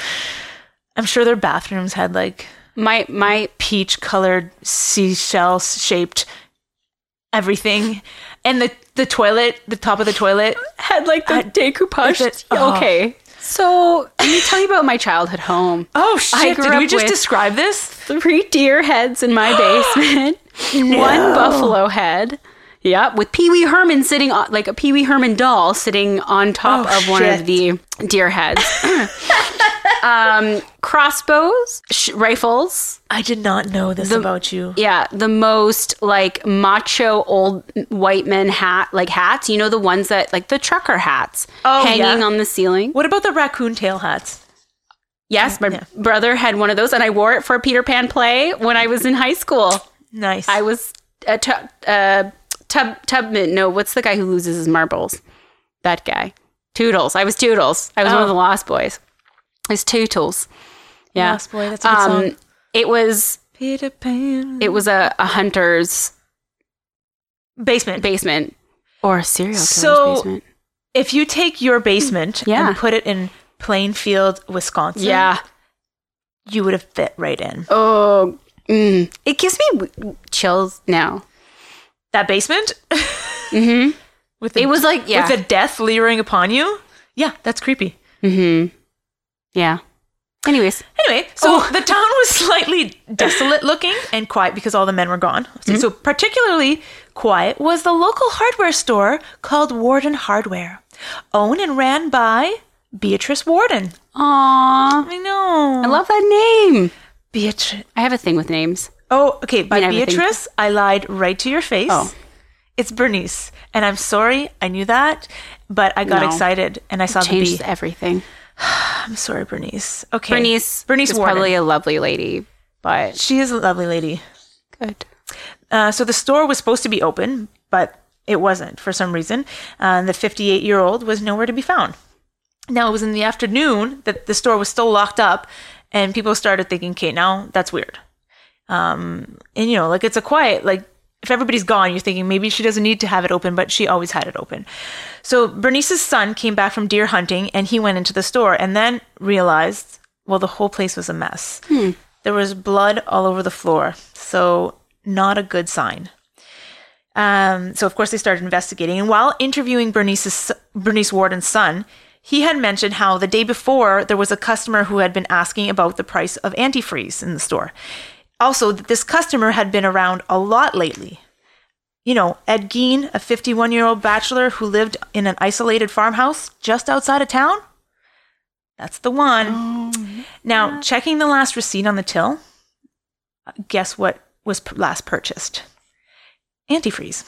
Speaker 1: i'm sure their bathrooms had like
Speaker 2: My my
Speaker 1: peach colored seashell shaped everything and the the toilet the top of the toilet
Speaker 2: had like the decoupage.
Speaker 1: is it- oh.
Speaker 2: Okay. So let me tell you about my childhood home.
Speaker 1: oh
Speaker 2: I
Speaker 1: shit
Speaker 2: grew
Speaker 1: did we
Speaker 2: up
Speaker 1: just
Speaker 2: with-
Speaker 1: describe this
Speaker 2: Three deer heads in my basement, one buffalo head. Yep, with Pee Wee Herman sitting on like a Pee Wee Herman doll sitting on top
Speaker 1: Oh,
Speaker 2: of one of
Speaker 1: shit.
Speaker 2: the deer heads. um, crossbows, sh- rifles,
Speaker 1: i did not know this about you
Speaker 2: Yeah, the most like macho old white men hat like hats. You know the ones that like the trucker hats
Speaker 1: Oh,
Speaker 2: hanging
Speaker 1: yeah.
Speaker 2: on the ceiling.
Speaker 1: what about the raccoon tail hats
Speaker 2: Yes, my brother had one of those, and I wore it for a Peter Pan play when I was in high school.
Speaker 1: nice
Speaker 2: I was a tu- uh, tub Tubman. No, what's the guy who loses his marbles? That guy, Toodles. I was Toodles. I was one
Speaker 1: Oh.
Speaker 2: of the Lost Boys. I was Tootles. Yeah. Um,
Speaker 1: Lost Boy. That's a good song.
Speaker 2: It was
Speaker 1: Peter Pan.
Speaker 2: it was a, a hunter's
Speaker 1: basement.
Speaker 2: basement or a serial killer's
Speaker 1: So-
Speaker 2: basement.
Speaker 1: if you take your basement
Speaker 2: Yeah.
Speaker 1: and put it in Plainfield, Wisconsin,
Speaker 2: Yeah.
Speaker 1: you would have fit right in.
Speaker 2: Oh, mm. it gives me w- chills now.
Speaker 1: That basement
Speaker 2: hmm
Speaker 1: with
Speaker 2: It was like yeah,
Speaker 1: with the death leering upon you. Yeah, that's creepy.
Speaker 2: hmm yeah. Anyways,
Speaker 1: Anyway, so
Speaker 2: Oh.
Speaker 1: the town was slightly desolate looking and quiet because all the men were gone. So,
Speaker 2: Mm-hmm.
Speaker 1: so particularly quiet was the local hardware store called Warden Hardware, owned and ran by Beatrice Warden.
Speaker 2: aw,
Speaker 1: I know.
Speaker 2: I love that name.
Speaker 1: Beatrice.
Speaker 2: I have a thing with names.
Speaker 1: Oh, okay. By
Speaker 2: mean everything.
Speaker 1: Beatrice, I lied right to your face.
Speaker 2: Oh.
Speaker 1: It's Bernice. And I'm sorry. I knew that. But I got
Speaker 2: No.
Speaker 1: excited and I saw the
Speaker 2: Changes
Speaker 1: B.
Speaker 2: everything.
Speaker 1: I'm sorry, Bernice. Okay.
Speaker 2: Bernice,
Speaker 1: Bernice
Speaker 2: is
Speaker 1: Warden.
Speaker 2: probably a lovely lady, but
Speaker 1: she is a lovely lady.
Speaker 2: good.
Speaker 1: Uh, so the store was supposed to be open, but it wasn't for some reason. Uh, the 58 year old was nowhere to be found. Now, it was in the afternoon that the store was still locked up, and people started thinking, okay, now that's weird. Um, and, you know, like it's a quiet, like if everybody's gone, you're thinking maybe she doesn't need to have it open, but she always had it open. So Bernice's son came back from deer hunting and he went into the store and then realized, well, the whole place was a mess. There was blood all over the floor. So, not a good sign. Um, so, of course, they started investigating. And while interviewing Bernice's, Bernice Warden's son, he had mentioned how the day before there was a customer who had been asking about the price of antifreeze in the store. Also, that this customer had been around a lot lately. You know, Ed Gein, a 51 year old bachelor who lived in an isolated farmhouse just outside of town. That's the one. Now, checking the last receipt on the till, guess what was p- last purchased? Antifreeze.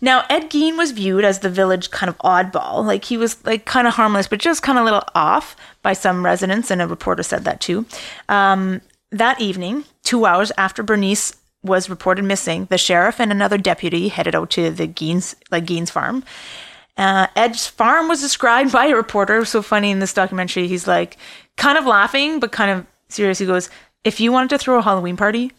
Speaker 1: Now, Ed Gein was viewed as the village kind of oddball. Like he was like kind of harmless, but just kind of a little off by some residents, and a reporter said that too. Um, that evening, two hours after Bernice was reported missing, the sheriff and another deputy headed out to the Gein's like Gein's farm. Uh, Ed's farm was described by a reporter. So funny in this documentary, he's like kind of laughing, but kind of serious. He goes, "If you wanted to throw a Halloween party,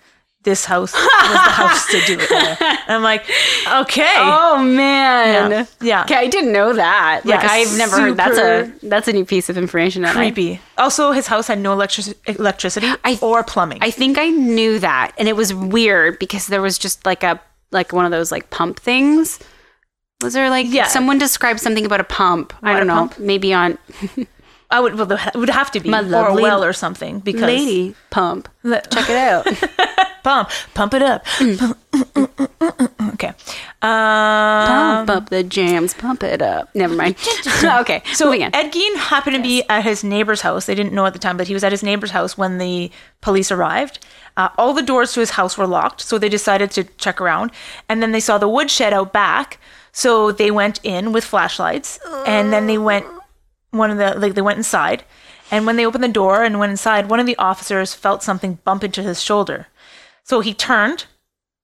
Speaker 1: this house was the house to do it." in." And I'm like, "Okay,
Speaker 2: Oh man,
Speaker 1: Yeah. Yeah.
Speaker 2: Okay, I didn't know that. Like
Speaker 1: Yeah,
Speaker 2: I've never heard. That's a
Speaker 1: super
Speaker 2: that's a new piece of information. that I-
Speaker 1: creepy." Also, his house had no electric- electricity
Speaker 2: I-
Speaker 1: or plumbing.
Speaker 2: I think I knew that, and it was weird because there was just like a like one of those like pump things. Was there like
Speaker 1: Yeah.
Speaker 2: someone described something about a pump? I
Speaker 1: Water
Speaker 2: don't know.
Speaker 1: pump?
Speaker 2: Maybe on
Speaker 1: I would well, it would have to be
Speaker 2: My
Speaker 1: or a
Speaker 2: lovely
Speaker 1: well or something because
Speaker 2: lady pump.
Speaker 1: Le-
Speaker 2: Check it out.
Speaker 1: pump pump mm, it up. mm. okay. Um,
Speaker 2: pump up the jams. Pump it up. Never mind. okay. So
Speaker 1: So
Speaker 2: moving on.
Speaker 1: Ed Gein happened to be at his neighbor's house. They didn't know at the time, but he was at his neighbor's house when the police arrived. Uh, all the doors to his house were locked, so they decided to check around. And then they saw the woodshed out back, so they went in with flashlights. And then they went one of the like they went inside. And when they opened the door and went inside, one of the officers felt something bump into his shoulder. So he turned,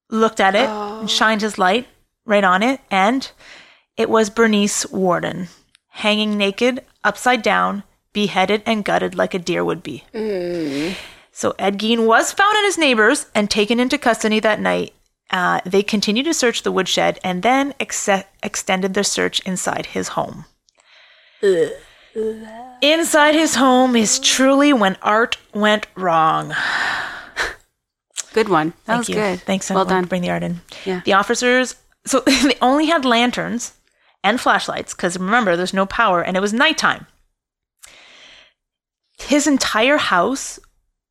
Speaker 1: looked at it,
Speaker 2: Oh.
Speaker 1: and shined his light right on it, and it was Bernice Warden, hanging naked, upside down, beheaded and gutted like a deer would be.
Speaker 2: Mm.
Speaker 1: So Ed Gein was found at his neighbor's and taken into custody that night. Uh, they continued to search the woodshed and then ex- extended their search inside his home. Inside his home is truly when art went wrong.
Speaker 2: Good one. That
Speaker 1: Thank
Speaker 2: was
Speaker 1: you.
Speaker 2: good.
Speaker 1: Thanks,
Speaker 2: Well
Speaker 1: everyone.
Speaker 2: done.
Speaker 1: Bring the art in.
Speaker 2: Yeah.
Speaker 1: The officers, so they only had lanterns and flashlights because remember, there's no power and it was nighttime. His entire house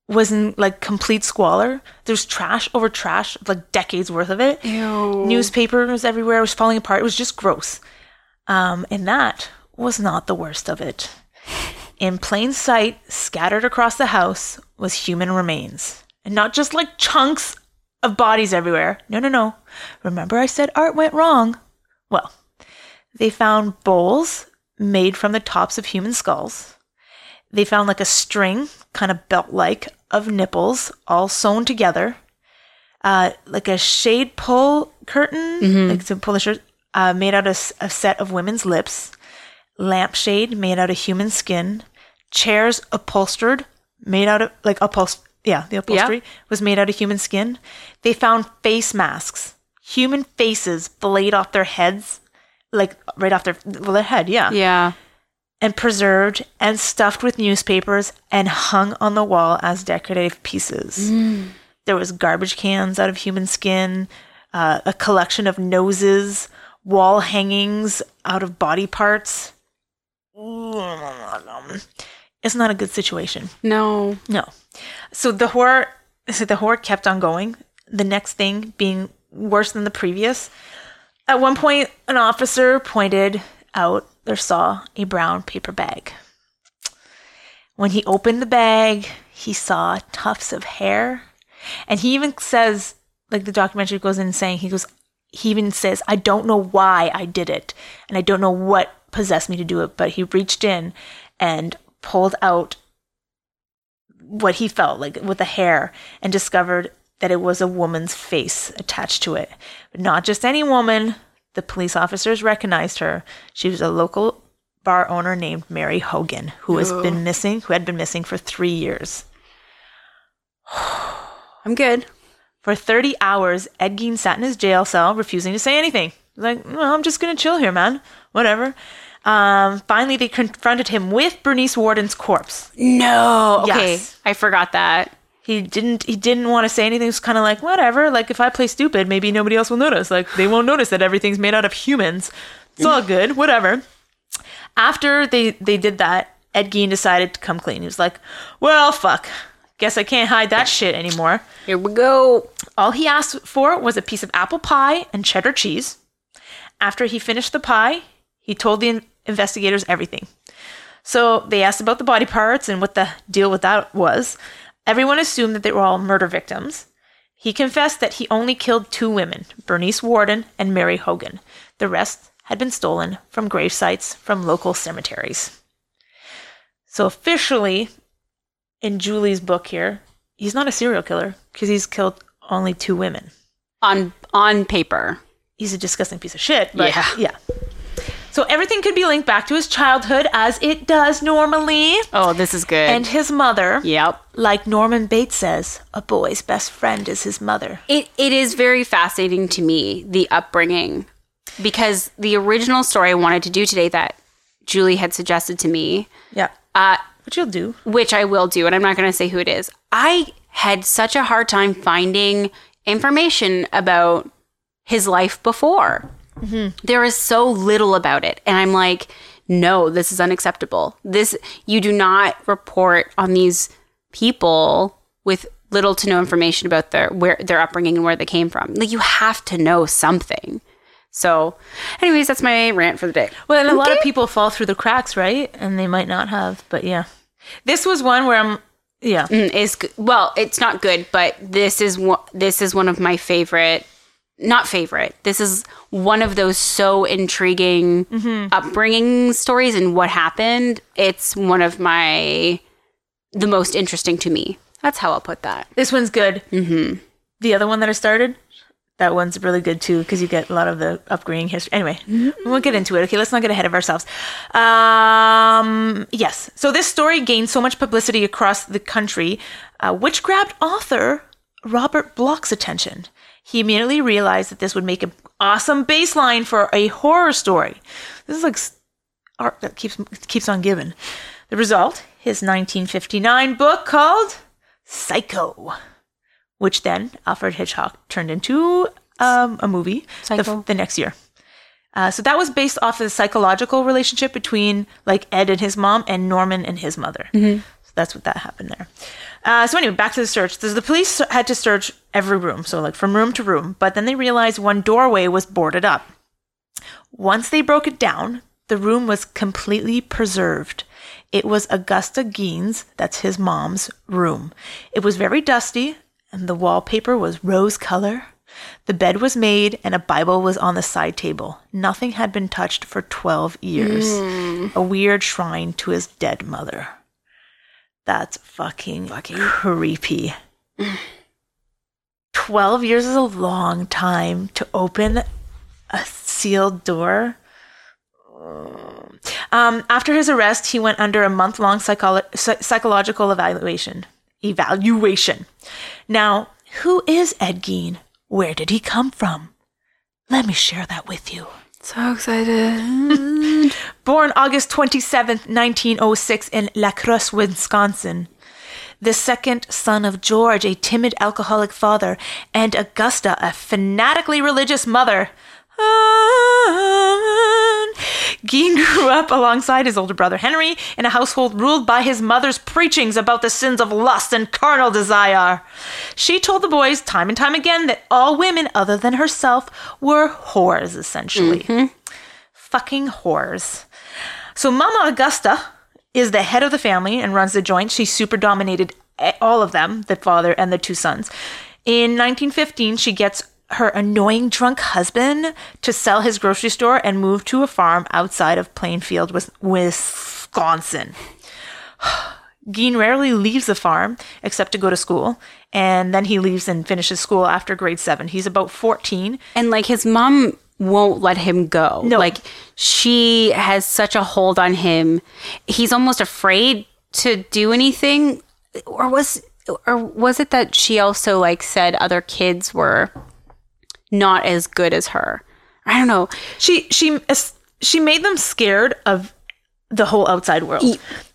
Speaker 1: was in like complete squalor. There's trash over trash, like decades worth of it.
Speaker 2: Ew.
Speaker 1: Newspapers everywhere was falling apart. It was just gross. Um, and that was not the worst of it. In plain sight, scattered across the house, was human remains. And not just like chunks of bodies everywhere. No, no, no. Remember, I said art went wrong? Well, they found bowls made from the tops of human skulls. They found like a string, kind of belt like, of nipples all sewn together. Uh, like a shade pull curtain, like to pull the shirt, uh, made out of s- a set of women's lips lampshade made out of human skin, chairs upholstered, made out of like upholst yeah, the upholstery was made out of human skin. They found face masks, human faces flayed off their heads, like right off their well, their head, yeah.
Speaker 2: Yeah.
Speaker 1: uh,
Speaker 2: No.
Speaker 1: No. So the horror so the horror kept on going, the next thing being worse than the previous. At one point an officer pointed out or saw a brown paper bag. When he opened the bag, he saw tufts of hair. And he even says, like the documentary goes in saying, he goes, he even says, I don't know why I did it. And I don't know what possessed me to do it. But he reached in and pulled out what he felt like with the hair and discovered that it was a woman's face attached to it. But not just any woman. The police officers recognized her. She was a local bar owner named Mary Hogan, who has been missing, who had been missing for three years.
Speaker 2: I'm good.
Speaker 1: For 30 hours, Ed Gein sat in his jail cell, refusing to say anything. He's Like, well, I'm just going to chill here, man. Whatever. Um, finally, they confronted him with Bernice Warden's corpse.
Speaker 2: No. Okay.
Speaker 1: Yes.
Speaker 2: I forgot that.
Speaker 1: he didn't he didn't want to say anything. He was kind of like whatever. Like if I play stupid, maybe nobody else will notice. Like they won't notice that everything's made out of humans. It's all good. Whatever. After they they did that, Ed Gein decided to come clean. He was like, well, fuck. Guess I can't hide that shit anymore.
Speaker 2: Here we go.
Speaker 1: All he asked for was a piece of apple pie and cheddar cheese. After he finished the pie, he told the in- investigators everything. So they asked about the body parts and what the deal with that was. Everyone assumed that they were all murder victims. He confessed that he only killed two women, Bernice Warden and Mary Hogan. The rest had been stolen from grave sites from local cemeteries. So officially, in Julie's book here, he's not a serial killer because he's killed only two women.
Speaker 2: On on paper.
Speaker 1: He's a disgusting piece of shit. But
Speaker 2: Yeah.
Speaker 1: yeah. So everything could be linked back to his childhood as it does normally.
Speaker 2: Oh, this is good.
Speaker 1: And his mother,
Speaker 2: yep.
Speaker 1: like Norman Bates says, a boy's best friend is his mother.
Speaker 2: It it is very fascinating to me the upbringing because the original story I wanted to do today that Julie had suggested to me,
Speaker 1: Yeah.
Speaker 2: uh,
Speaker 1: Which you'll do.
Speaker 2: which I will do, and I'm not going to say who it is. I had such a hard time finding information about his life before.
Speaker 1: Mm-hmm.
Speaker 2: There is so little about it, and I'm like, no, this is unacceptable. This you do not report on these people with little to no information about their where their upbringing and where they came from. Like you have to know something. So, anyways, that's my rant for the day.
Speaker 1: Well, and a lot of people fall through the cracks, right? And they might not have, but yeah. This was one where I'm, yeah.
Speaker 2: Mm, is g- well, it's not good, but this is one. This is one of my favorite, not favorite. This is one of those so intriguing upbringing stories and what happened. It's one of my the most interesting to me. That's how I'll put that.
Speaker 1: This one's good. Mm-hmm. The other one that I started, that one's really good too because you get a lot of the upbringing history. Anyway, we won't get into it. Okay, let's not get ahead of ourselves. Um, yes. So this story gained so much publicity across the country, uh, which grabbed author Robert Bloch's attention. He immediately realized that this would make an awesome baseline for a horror story. This is like s- art that keeps keeps on giving. The result, his 1959 book called Psycho, which then Alfred Hitchcock turned into um, a movie the,
Speaker 2: Psycho.
Speaker 1: f- the next year. Uh, so that was based off of the psychological relationship between like Ed and his mom and Norman and his mother. So that's what that happened there. Uh, so anyway, back to the search. The, the police had to search every room, so like from room to room. But then they realized one doorway was boarded up. Once they broke it down, the room was completely preserved. It was Augusta Gein's, that's his mom's, room. It was very dusty, and the wallpaper was rose color. The bed was made, and a Bible was on the side table. Nothing had been touched for 12 years. A weird shrine to his dead mother. That's fucking, creepy. 12 years is a long time to open a sealed door. Um, after his arrest, he went under a month long psycholo- psy- psychological evaluation. Evaluation. Now, who is Ed Gein? Where did he come from? Let me share that with you.
Speaker 2: So excited.
Speaker 1: Born August 27, 1906, in La Crosse, Wisconsin. The second son of George, a timid alcoholic father, and Augusta, a fanatically religious mother. Gein grew up alongside his older brother Henry in a household ruled by his mother's preachings about the sins of lust and carnal desire. She told the boys time and time again that all women other than herself were whores, essentially fucking whores. So Mama Augusta is the head of the family and runs the joint. She super dominated a- all of them, the father and the two sons. In 1915, she gets her annoying drunk husband to sell his grocery store and move to a farm outside of Plainfield, Wis- Wisconsin. Geen rarely leaves the farm except to go to school, and then he leaves and finishes school after grade seven. He's about 14,
Speaker 2: And like his mom won't let him go.
Speaker 1: No.
Speaker 2: Like she has such a hold on him. He's almost afraid to do anything. Or was or was it that she also like said other kids were not as good as her? I don't know.
Speaker 1: she she she made them scared of the whole outside world.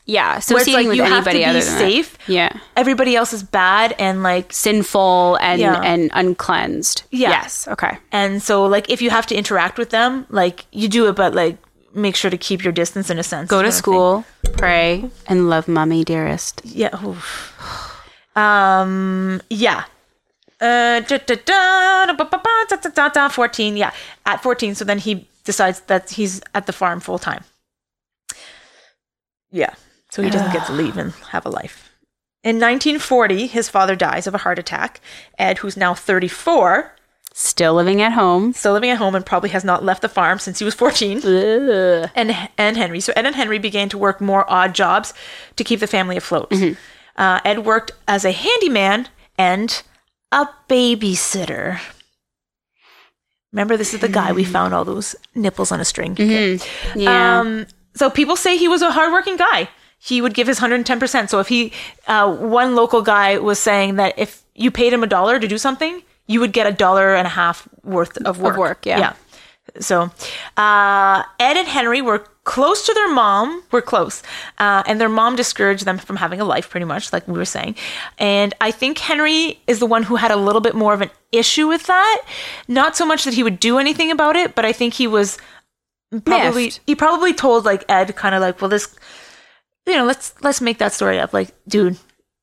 Speaker 2: Yeah,
Speaker 1: Where it's
Speaker 2: associating
Speaker 1: like
Speaker 2: with
Speaker 1: you have to
Speaker 2: anybody
Speaker 1: be
Speaker 2: other than that.
Speaker 1: safe.
Speaker 2: Yeah,
Speaker 1: Everybody else is bad, and like
Speaker 2: sinful and
Speaker 1: Yeah.
Speaker 2: and uncleansed.
Speaker 1: Yeah.
Speaker 2: Yes. Okay.
Speaker 1: and so like if you have to interact with them, like you do it, but like make sure to keep your distance in a sense.
Speaker 2: Go
Speaker 1: kind
Speaker 2: to
Speaker 1: of thing.
Speaker 2: school, pray, and love, mommy, dearest.
Speaker 1: Yeah. oof. Um. Yeah. Uh, da, da, da, da, ba, ba, ba, da, da, da, da, 14 yeah at 14 so then he decides that he's at the farm full time yeah so he doesn't get to leave and have a life in 1940 his father dies of a heart attack ed who's now 34
Speaker 2: Still living at home.
Speaker 1: still living at home and probably has not left the farm since he was 14
Speaker 2: Ugh.
Speaker 1: and and Henry. So Ed and Henry began to work more odd jobs to keep the family afloat. Uh, Ed worked as a handyman and a babysitter. Remember, this is the guy we found all those nipples on a string.
Speaker 2: Yeah.
Speaker 1: Um, so people say he was a hardworking guy. He would give his 110%. So if he, uh, one local guy was saying that if you paid him a dollar to do something, you would get a dollar and a half worth of work.
Speaker 2: work, yeah.
Speaker 1: So uh, Ed and Henry were close to their mom, were close. Uh, and their mom discouraged them from having a life, pretty much, like we were saying. And I think Henry is the one who had a little bit more of an issue with that. Not so much that he would do anything about it, but I think he was probably
Speaker 2: Miffed.
Speaker 1: he probably told like Ed kind of like, well, this, you know, let's let's make that story up. Like, dude,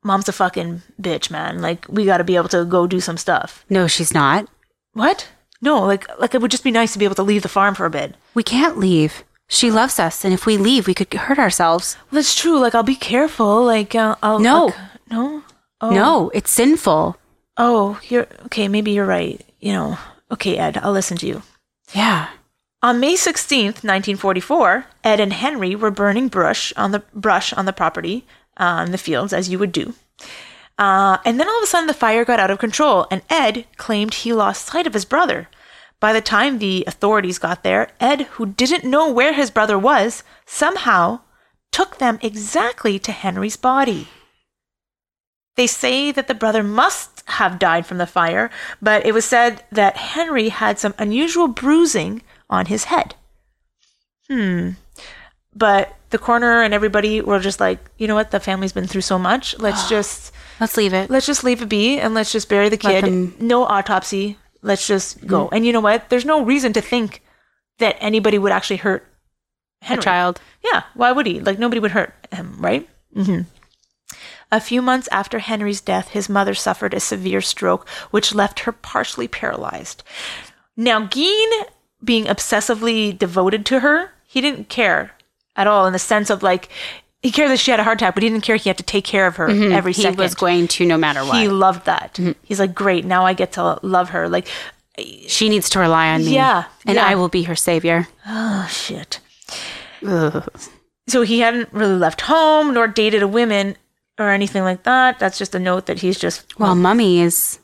Speaker 1: mom's a fucking bitch, man. Like, we got to be able to go do some stuff.
Speaker 2: no, she's not.
Speaker 1: What? No, like like it would just be nice to be able to leave the farm for a bit.
Speaker 2: We can't leave. She loves us, and if we leave, we could hurt ourselves.
Speaker 1: Well, that's true. Like, I'll be careful. Like, uh, I'll
Speaker 2: No.
Speaker 1: I'll- no, oh,
Speaker 2: No, it's sinful.
Speaker 1: Oh, you're okay. Maybe you're right. You know, okay, Ed, I'll listen to you.
Speaker 2: Yeah.
Speaker 1: On May 16th, 1944, Ed and Henry were burning brush on the brush on the property, uh, in the fields, as you would do. Uh, and then all of a sudden, the fire got out of control, and Ed claimed he lost sight of his brother. By the time the authorities got there, Ed, who didn't know where his brother was, somehow took them exactly to Henry's body. They say that the brother must have died from the fire, but it was said that Henry had some unusual bruising on his head. Hmm. But the coroner and everybody were just like, you know what? The family's been through so much. Let's just
Speaker 2: Let's leave it.
Speaker 1: let's just leave it be and let's just bury the
Speaker 2: Let
Speaker 1: kid.
Speaker 2: them- Mm-hmm.
Speaker 1: No autopsy. Let's just go. And you know what? There's no reason to think that anybody would actually hurt
Speaker 2: A
Speaker 1: Henry.
Speaker 2: child.
Speaker 1: Yeah, why would he? Like nobody would hurt him, right? hmm A few months after Henry's death, his mother suffered a severe stroke, which left her partially paralyzed. Now, Geen, being obsessively devoted to her, he didn't care at all in the sense of like, he cared that she had a heart attack, but he didn't care he had to take care of her every
Speaker 2: Mm-hmm. he
Speaker 1: second.
Speaker 2: was going to Mm-hmm. no matter what.
Speaker 1: he loved that. He's like, great, now I get to love her. Like,
Speaker 2: she needs to rely on me.
Speaker 1: Yeah,
Speaker 2: And
Speaker 1: yeah.
Speaker 2: I will be her savior.
Speaker 1: oh, shit.
Speaker 2: Ugh.
Speaker 1: so he hadn't really left home nor dated a woman or anything like that. That's just a note that he's just
Speaker 2: Well, mummy is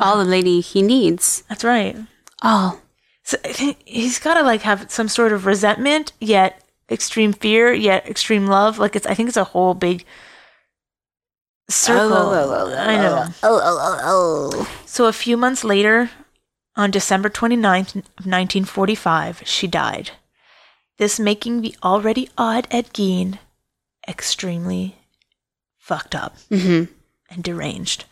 Speaker 2: all the lady he needs.
Speaker 1: that's right.
Speaker 2: All.
Speaker 1: So I think he's got to like have some sort of resentment, yet extreme fear yet extreme love. Like it's I think it's a whole big circle. I know.
Speaker 2: Oh, oh, oh, oh.
Speaker 1: So a few months later, on December 29th of 1945, she died. This making the already odd Ed Gein extremely fucked up
Speaker 2: Mm-hmm.
Speaker 1: and deranged.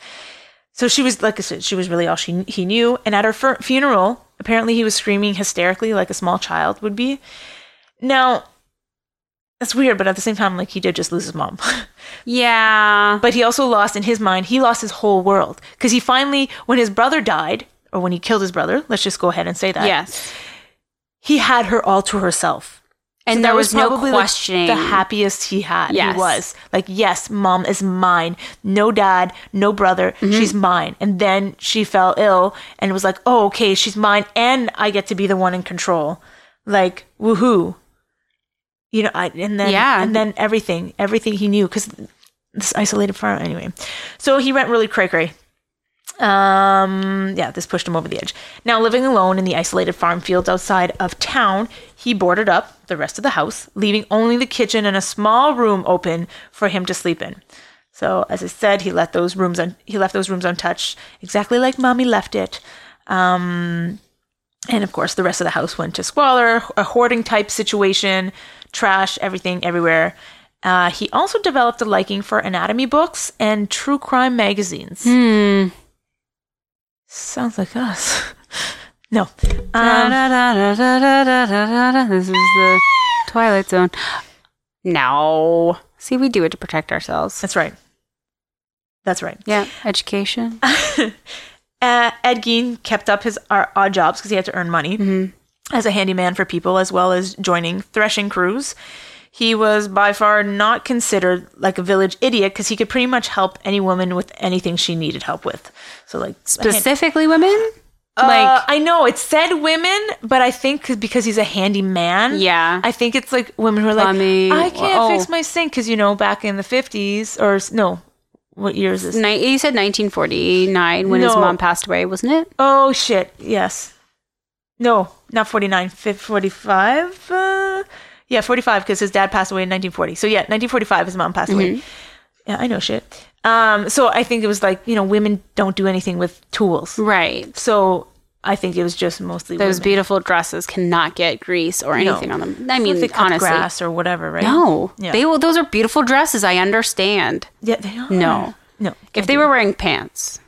Speaker 1: So she was, like I said, she was really all she he knew. And at her fur funeral, apparently he was screaming hysterically like a small child would be. Now, that's weird, but at the same time, like he did just lose his mom.
Speaker 2: Yeah.
Speaker 1: but he also lost in his mind he lost his whole world because he finally when his brother died or when he killed his brother let's just go ahead and say that
Speaker 2: yes.
Speaker 1: he had her all to herself
Speaker 2: And
Speaker 1: So
Speaker 2: there
Speaker 1: that
Speaker 2: was, no
Speaker 1: probably, like,
Speaker 2: questioning.
Speaker 1: the happiest he had
Speaker 2: Yes.
Speaker 1: he was like yes mom is mine no dad no brother
Speaker 2: Mm-hmm.
Speaker 1: she's mine and then she fell ill and was like oh okay she's mine and i get to be the one in control like woohoo you know I, and then
Speaker 2: Yeah.
Speaker 1: and then everything everything he knew because this isolated farm anyway so he went really cray cray um, yeah, this pushed him over the edge. Now, living alone in the isolated farm fields outside of town, he boarded up the rest of the house, leaving only the kitchen and a small room open for him to sleep in. So, as I said, he let those rooms un- he left those rooms untouched, exactly like mommy left it. Um, and of course, the rest of the house went to squalor, a hoarding type situation, trash, everything, everywhere. Uh, he also developed a liking for anatomy books and true crime magazines.
Speaker 2: Hmm. Mm.
Speaker 1: Sounds like us. No.
Speaker 2: Uh,
Speaker 1: Um,
Speaker 2: Da-da-da-da-da-da-da-da. This is the Twilight Zone. No. See, we do it to protect ourselves.
Speaker 1: that's right. That's right.
Speaker 2: Yeah. Education.
Speaker 1: Uh, Ed Gein kept up his uh, odd jobs because he had to earn money
Speaker 2: Mm-hmm.
Speaker 1: as a handyman for people, as well as joining threshing crews. He was by far not considered like a village idiot because he could pretty much help any woman with anything she needed help with. So, like, a hand-
Speaker 2: Specifically women?
Speaker 1: Uh,
Speaker 2: like,
Speaker 1: I know it said women, but I think because he's a handyman.
Speaker 2: Yeah.
Speaker 1: I think it's like women who are like,
Speaker 2: Plumbing,
Speaker 1: I can't
Speaker 2: oh.
Speaker 1: fix my sink because you know back in the fifties or s- no, what year is this?
Speaker 2: ni- you said 1949 when his
Speaker 1: No.
Speaker 2: mom passed away, wasn't it?
Speaker 1: Oh shit! Yes, no, not 49, fif- 45? Uh, yeah, forty-five because his dad passed away in nineteen forty. So yeah, nineteen forty-five, his mom passed
Speaker 2: Mm-hmm.
Speaker 1: away. Yeah, I know shit. Um, so I think it was like you know women don't do anything with tools.
Speaker 2: Right.
Speaker 1: So I think it was just mostly
Speaker 2: Those
Speaker 1: women.
Speaker 2: beautiful dresses cannot get grease or anything on them. I mean,
Speaker 1: If they cut
Speaker 2: honestly.
Speaker 1: grass or whatever, right?
Speaker 2: No.
Speaker 1: Yeah.
Speaker 2: They will those are beautiful dresses, I understand.
Speaker 1: Yeah, they are.
Speaker 2: No.
Speaker 1: no.
Speaker 2: If they were wearing pants,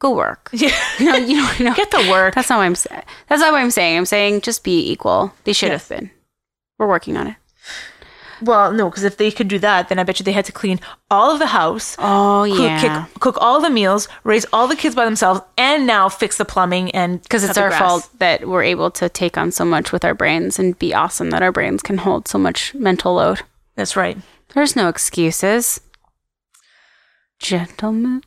Speaker 2: go work.
Speaker 1: Yeah.
Speaker 2: No, you know, no.
Speaker 1: get to work,
Speaker 2: That's not what I'm saying. That's not what I'm saying. I'm saying just be equal. They should
Speaker 1: Yes.
Speaker 2: have been. We're working on it.
Speaker 1: well, no, because if they could do that, then I bet you they had to clean all of the house,
Speaker 2: Oh
Speaker 1: cook, kick, cook all the meals, raise all the kids by themselves, and now fix the plumbing and
Speaker 2: Because
Speaker 1: cut
Speaker 2: it's
Speaker 1: the
Speaker 2: our
Speaker 1: grass.
Speaker 2: fault that we're able to take on so much with our brains and be awesome that our brains can hold so much mental load.
Speaker 1: That's right.
Speaker 2: There's no excuses, gentlemen.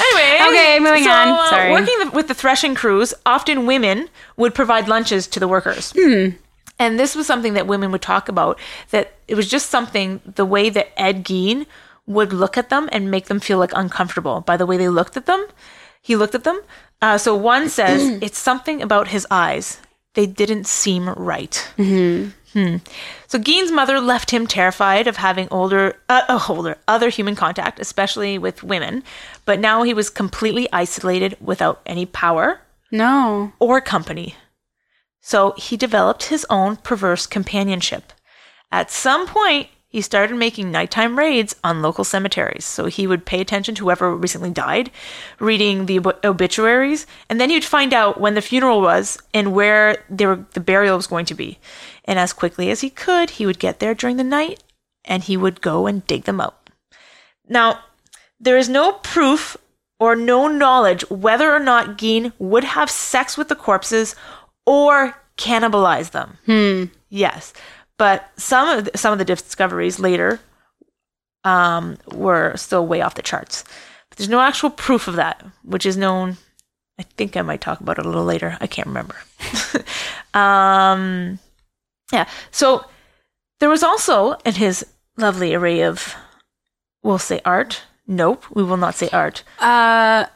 Speaker 1: Anyway,
Speaker 2: Okay, moving
Speaker 1: so,
Speaker 2: on.
Speaker 1: uh,
Speaker 2: Sorry.
Speaker 1: working the, with the threshing crews, often women would provide lunches to the workers.
Speaker 2: Hmm.
Speaker 1: And this was something that women would talk about. That it was just something the way that Ed Gein would look at them and make them feel like uncomfortable by the way they looked at them. He looked at them. Uh, so one says it's something about his eyes. They didn't seem right. So Gein's mother left him terrified of having older, uh, uh, older, other human contact, especially with women. But now he was completely isolated without any power
Speaker 2: No.
Speaker 1: or company. So he developed his own perverse companionship. At some point, he started making nighttime raids on local cemeteries. So he would pay attention to whoever recently died, reading the ob- obituaries, and then he'd find out when the funeral was and where they were, the burial was going to be. And as quickly as he could, he would get there during the night and he would go and dig them out. Now, there is no proof or no knowledge whether or not Geen would have sex with the corpses or cannibalize them.
Speaker 2: Hmm.
Speaker 1: Yes, but some of the, some of the discoveries later um, were still way off the charts. But there's no actual proof of that, which is known. I think I might talk about it a little later. I can't remember. um, yeah. So there was also in his lovely array of, we'll say art. Nope, we will not say art.
Speaker 2: Uh,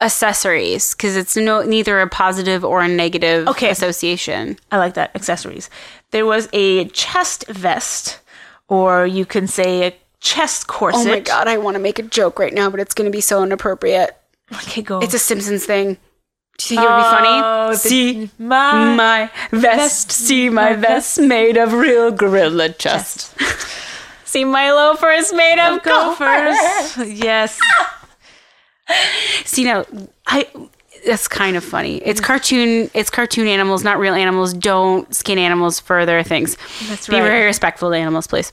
Speaker 2: accessories because it's no neither a positive or a negative
Speaker 1: Okay.
Speaker 2: association.
Speaker 1: I like that accessories. There was a chest vest, or you can say a chest corset.
Speaker 2: Oh I want to make a joke right now, but it's going to be so inappropriate.
Speaker 1: Okay, go. Oh,
Speaker 2: It's a Simpsons thing. Do you think it would be funny? See
Speaker 1: my,
Speaker 2: my Oh, vest, see my vest made of real gorilla chest. see my loafers made of gophers.
Speaker 1: gophers. yes.
Speaker 2: See now, I. That's kind of funny. It's cartoon. It's cartoon animals, not real animals. Don't skin animals for their things.
Speaker 1: That's
Speaker 2: Be
Speaker 1: right.
Speaker 2: very respectful to animals, please.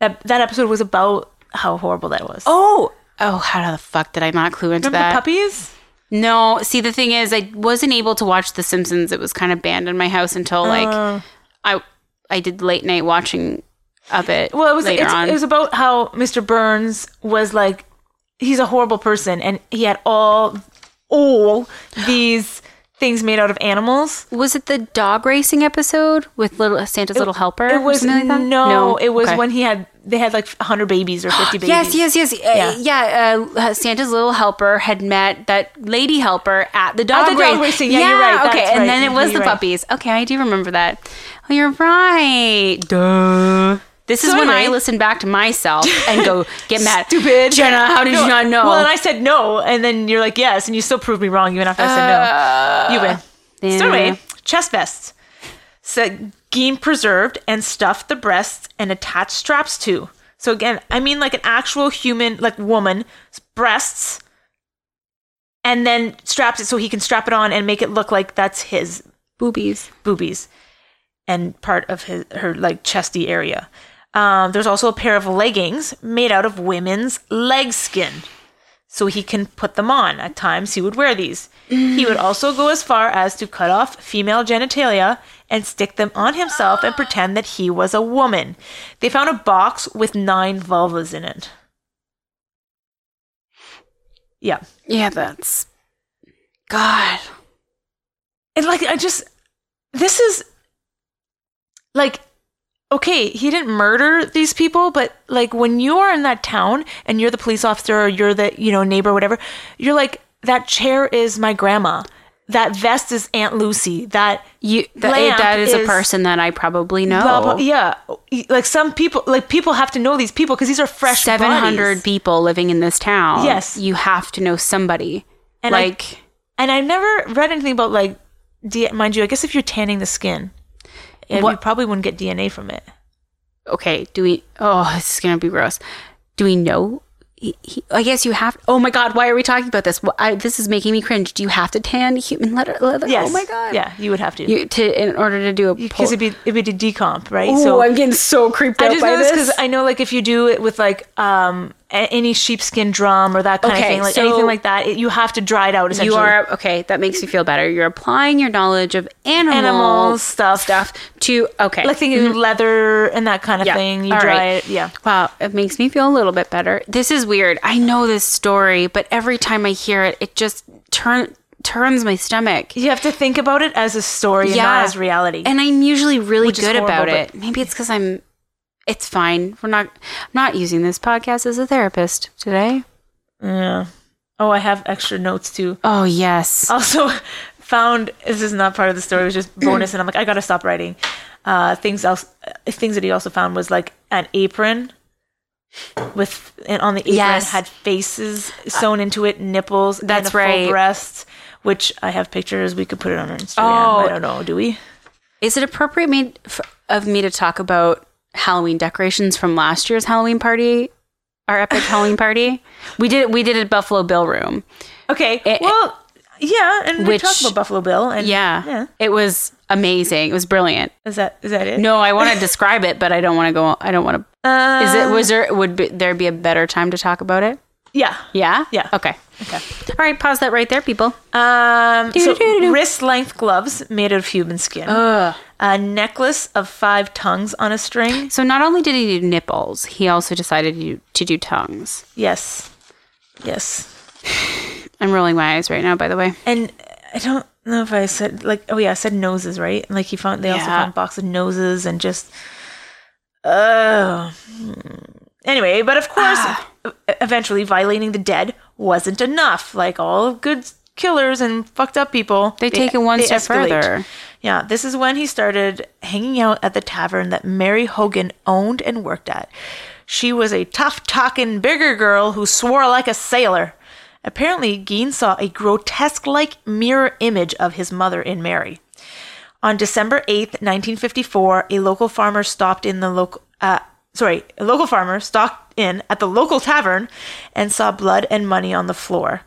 Speaker 1: That that episode was about how horrible that was.
Speaker 2: Oh, oh, how the fuck did I not clue into
Speaker 1: Remember
Speaker 2: that?
Speaker 1: puppies?
Speaker 2: No, see, the thing is, I wasn't able to watch The Simpsons. It was kind of banned in my house until
Speaker 1: Uh.
Speaker 2: like I I did late night watching of it.
Speaker 1: Well, it was
Speaker 2: later
Speaker 1: it's,
Speaker 2: on.
Speaker 1: it was about how Mr. Burns was like he's a horrible person, and he had all all these things made out of animals.
Speaker 2: Was it the dog racing episode with little Santa's Little Helper?
Speaker 1: It was
Speaker 2: or something like that?
Speaker 1: no, it was
Speaker 2: Okay.
Speaker 1: when he had they had like hundred babies or fifty babies.
Speaker 2: Yes, yes, yes. Yeah, yeah uh, Santa's little helper had met that lady helper at the dog,
Speaker 1: the dog
Speaker 2: race.
Speaker 1: racing. Yeah, you're right.
Speaker 2: Okay,
Speaker 1: That's
Speaker 2: and
Speaker 1: right.
Speaker 2: then it was
Speaker 1: You're
Speaker 2: the
Speaker 1: right.
Speaker 2: puppies. Okay, I do remember that. Oh, you're right. Duh. This is
Speaker 1: So
Speaker 2: when I
Speaker 1: anyway-
Speaker 2: listen back to myself and go get mad.
Speaker 1: Stupid.
Speaker 2: Jenna, how did you not know?
Speaker 1: Well, and I said no, and then you're like yes, and you still proved me wrong even after I said no. You win.
Speaker 2: Uh, yeah.
Speaker 1: So anyway, chest vests. So Gein preserved and stuffed the breasts and attached straps to. So again, I mean like an actual human, like woman, breasts, and then straps it so he can strap it on and make it look like that's his
Speaker 2: boobies.
Speaker 1: boobies and part of his her like chesty area. Um, there's also a pair of leggings made out of women's leg skin, so he can put them on. At times, he would wear these. He would also go as far as to cut off female genitalia and stick them on himself and pretend that he was a woman. They found a box with nine vulvas in it. Yeah.
Speaker 2: Yeah, that's God.
Speaker 1: And like I just this is like okay, he didn't murder these people, but like when you are in that town and you're the police officer or you're the, you know, neighbor whatever, you're like that chair is my grandma. That vest is Aunt Lucy. That
Speaker 2: You that,
Speaker 1: lamp
Speaker 2: that is, a person that I probably know.
Speaker 1: blah, blah, yeah. Like some people like people have to know these people because these are fresh
Speaker 2: Seven hundred
Speaker 1: bodies.
Speaker 2: people living in this town.
Speaker 1: Yes.
Speaker 2: you have to know somebody.
Speaker 1: And I-
Speaker 2: like.
Speaker 1: And I've never read anything about like D- mind you, I guess if you're tanning the skin, yeah, you
Speaker 2: What-
Speaker 1: probably wouldn't get DNA from it.
Speaker 2: okay, do we? Oh, this is gonna be gross. Do we know? He, he, I guess you have. Oh my God, why are we talking about this? Well, I, this is making me cringe. Do you have to tan human leather? leather?
Speaker 1: Yes.
Speaker 2: Oh my God.
Speaker 1: Yeah, you would have to.
Speaker 2: You, to in order to do a poll.
Speaker 1: because it'd be it'd be the decomp, right?
Speaker 2: Ooh,
Speaker 1: so
Speaker 2: I'm getting so creeped
Speaker 1: I
Speaker 2: out
Speaker 1: just
Speaker 2: by
Speaker 1: know this
Speaker 2: this.
Speaker 1: because I know like if you do it with like um a- any sheepskin drum or that kind
Speaker 2: Okay,
Speaker 1: of thing, like
Speaker 2: so-
Speaker 1: anything like that, it, you have to dry it out. Essentially,
Speaker 2: you are okay. That makes me feel better. You're applying your knowledge of animal
Speaker 1: Animal stuff.
Speaker 2: stuff to okay.
Speaker 1: like thinking leather and that kind of
Speaker 2: Yeah.
Speaker 1: thing. You
Speaker 2: All
Speaker 1: dry
Speaker 2: right.
Speaker 1: it, yeah.
Speaker 2: Wow, it makes me feel a little bit better. This is weird. I know this story, but every time I hear it, it just turn turns my stomach.
Speaker 1: You have to think about it as a story, and not as reality.
Speaker 2: And I'm usually really
Speaker 1: Which is
Speaker 2: good about
Speaker 1: horrible,
Speaker 2: it. Maybe it's because I'm. It's fine. We're not. I'm not using this podcast as a therapist today.
Speaker 1: yeah. Oh, I have extra notes too.
Speaker 2: Oh yes.
Speaker 1: also found this is not part of the story it was just bonus and i'm like i gotta stop writing uh things else uh, things that he also found was like an apron with and on the apron
Speaker 2: Yes.
Speaker 1: had faces sewn into it nipples and
Speaker 2: That's
Speaker 1: a full
Speaker 2: right.
Speaker 1: breast which i have pictures we could put it on our instagram
Speaker 2: Oh.
Speaker 1: i don't know do we
Speaker 2: Is it appropriate me, f- of me to talk about Halloween decorations from last year's Halloween party? Our epic Halloween party. We did. We did it at Buffalo Bill Room.
Speaker 1: okay
Speaker 2: It-
Speaker 1: well yeah and
Speaker 2: Which-
Speaker 1: we talked about buffalo bill and
Speaker 2: Yeah.
Speaker 1: yeah
Speaker 2: It was amazing. It was brilliant.
Speaker 1: is that is that it
Speaker 2: No, I want to describe it, but I don't want to go. I don't want to.
Speaker 1: uh,
Speaker 2: Is it? Was there? Would be, there be a better time to talk about it?
Speaker 1: yeah
Speaker 2: Yeah?
Speaker 1: Yeah.
Speaker 2: Okay. Okay. All right, pause that right there, people.
Speaker 1: um so
Speaker 2: Doo-doo-doo-doo.
Speaker 1: wrist length gloves made out of human skin
Speaker 2: Ugh.
Speaker 1: a necklace of five tongues on a string.
Speaker 2: So not only did he do nipples, he also decided to do, to do tongues.
Speaker 1: Yes. Yes.
Speaker 2: I'm rolling my eyes right now, by the way.
Speaker 1: And I don't know if I said like oh yeah, I said noses, right? Like he found they also
Speaker 2: Yeah.
Speaker 1: found a box of noses and just
Speaker 2: Ah.
Speaker 1: oh anyway, but of course e- eventually violating the dead wasn't enough. Like all good killers and fucked up people,
Speaker 2: They take it one step further.
Speaker 1: Yeah, this is when he started hanging out at the tavern that Mary Hogan owned and worked at. She was a tough talking bigger girl who swore like a sailor. Apparently, Geen saw a grotesque like mirror image of his mother in Mary. On December 8th, 1954, a local farmer stopped in the local. Uh, sorry, a local farmer stopped in at the local tavern and saw blood and money on the floor.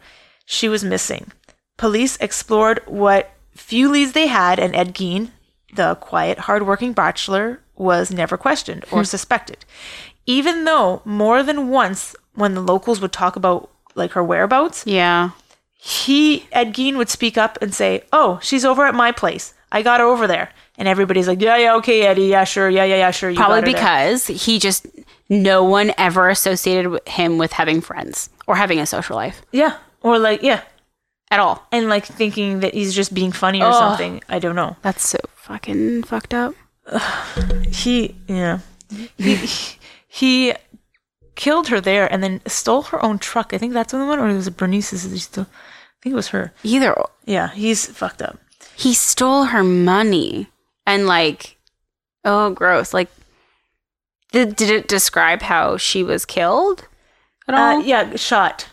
Speaker 1: She was missing. Police explored what few leads they had, and Ed Gein, the quiet, hardworking bachelor, was never questioned or suspected. Even though more than once, when the locals would talk about like her whereabouts,
Speaker 2: Yeah.
Speaker 1: he Ed Gein would speak up and say, "Oh, she's over at my place. I got her over there." And everybody's like, "Yeah, yeah, okay, Eddie. Yeah, sure. Yeah, yeah, yeah, sure." You got
Speaker 2: Probably
Speaker 1: her there."
Speaker 2: because he just no one ever associated with him with having friends or having a social life
Speaker 1: yeah, or like yeah,
Speaker 2: at all.
Speaker 1: and like thinking that he's just being funny or
Speaker 2: Ugh.
Speaker 1: something. I don't know.
Speaker 2: That's so fucking fucked up.
Speaker 1: He yeah, he he killed her there and then stole her own truck. I think that's the one, or it was Bernice's. that he stole. I think it was her.
Speaker 2: Either
Speaker 1: Yeah, he's fucked up.
Speaker 2: he stole her money and like oh gross like th- did it describe how she was killed at all
Speaker 1: Uh, yeah, shot.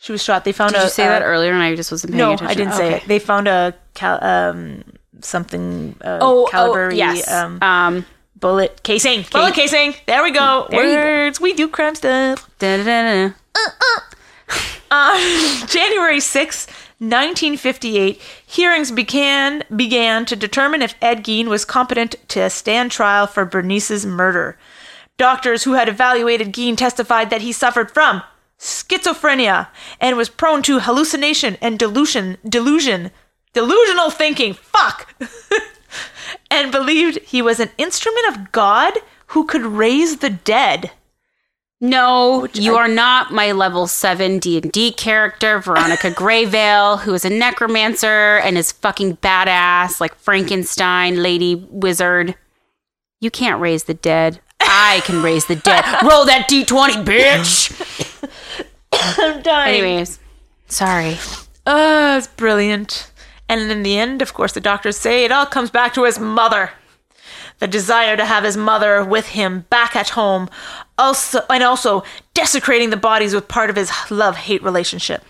Speaker 1: She was shot. They found
Speaker 2: did
Speaker 1: a
Speaker 2: you say
Speaker 1: uh,
Speaker 2: that earlier and i just wasn't paying
Speaker 1: No,
Speaker 2: attention
Speaker 1: I didn't say it. They found a cal- um something uh,
Speaker 2: oh
Speaker 1: caliber
Speaker 2: oh, yes
Speaker 1: um
Speaker 2: um,
Speaker 1: bullet casing. Bullet casing. There we go.
Speaker 2: There you go.
Speaker 1: Words. We do crime stuff.
Speaker 2: da-da-da-da.
Speaker 1: Uh, January sixth, 1958, hearings began began to determine if Ed Gein was competent to stand trial for Bernice's murder. Doctors who had evaluated Gein testified that he suffered from schizophrenia and was prone to hallucination and delusion, delusion, delusional thinking. Fuck. and believed he was an instrument of God who could raise the dead.
Speaker 2: no you are not my level 7 d&d character veronica greyvale who is a necromancer and is fucking badass like frankenstein lady wizard you can't raise the dead i can raise the dead roll that d20 bitch
Speaker 1: I'm dying.
Speaker 2: Anyways, sorry.
Speaker 1: Oh, it's brilliant. And in the end, of course, the doctors say it all comes back to his mother. The desire to have his mother with him back at home, also and also desecrating the bodies with part of his love-hate relationship.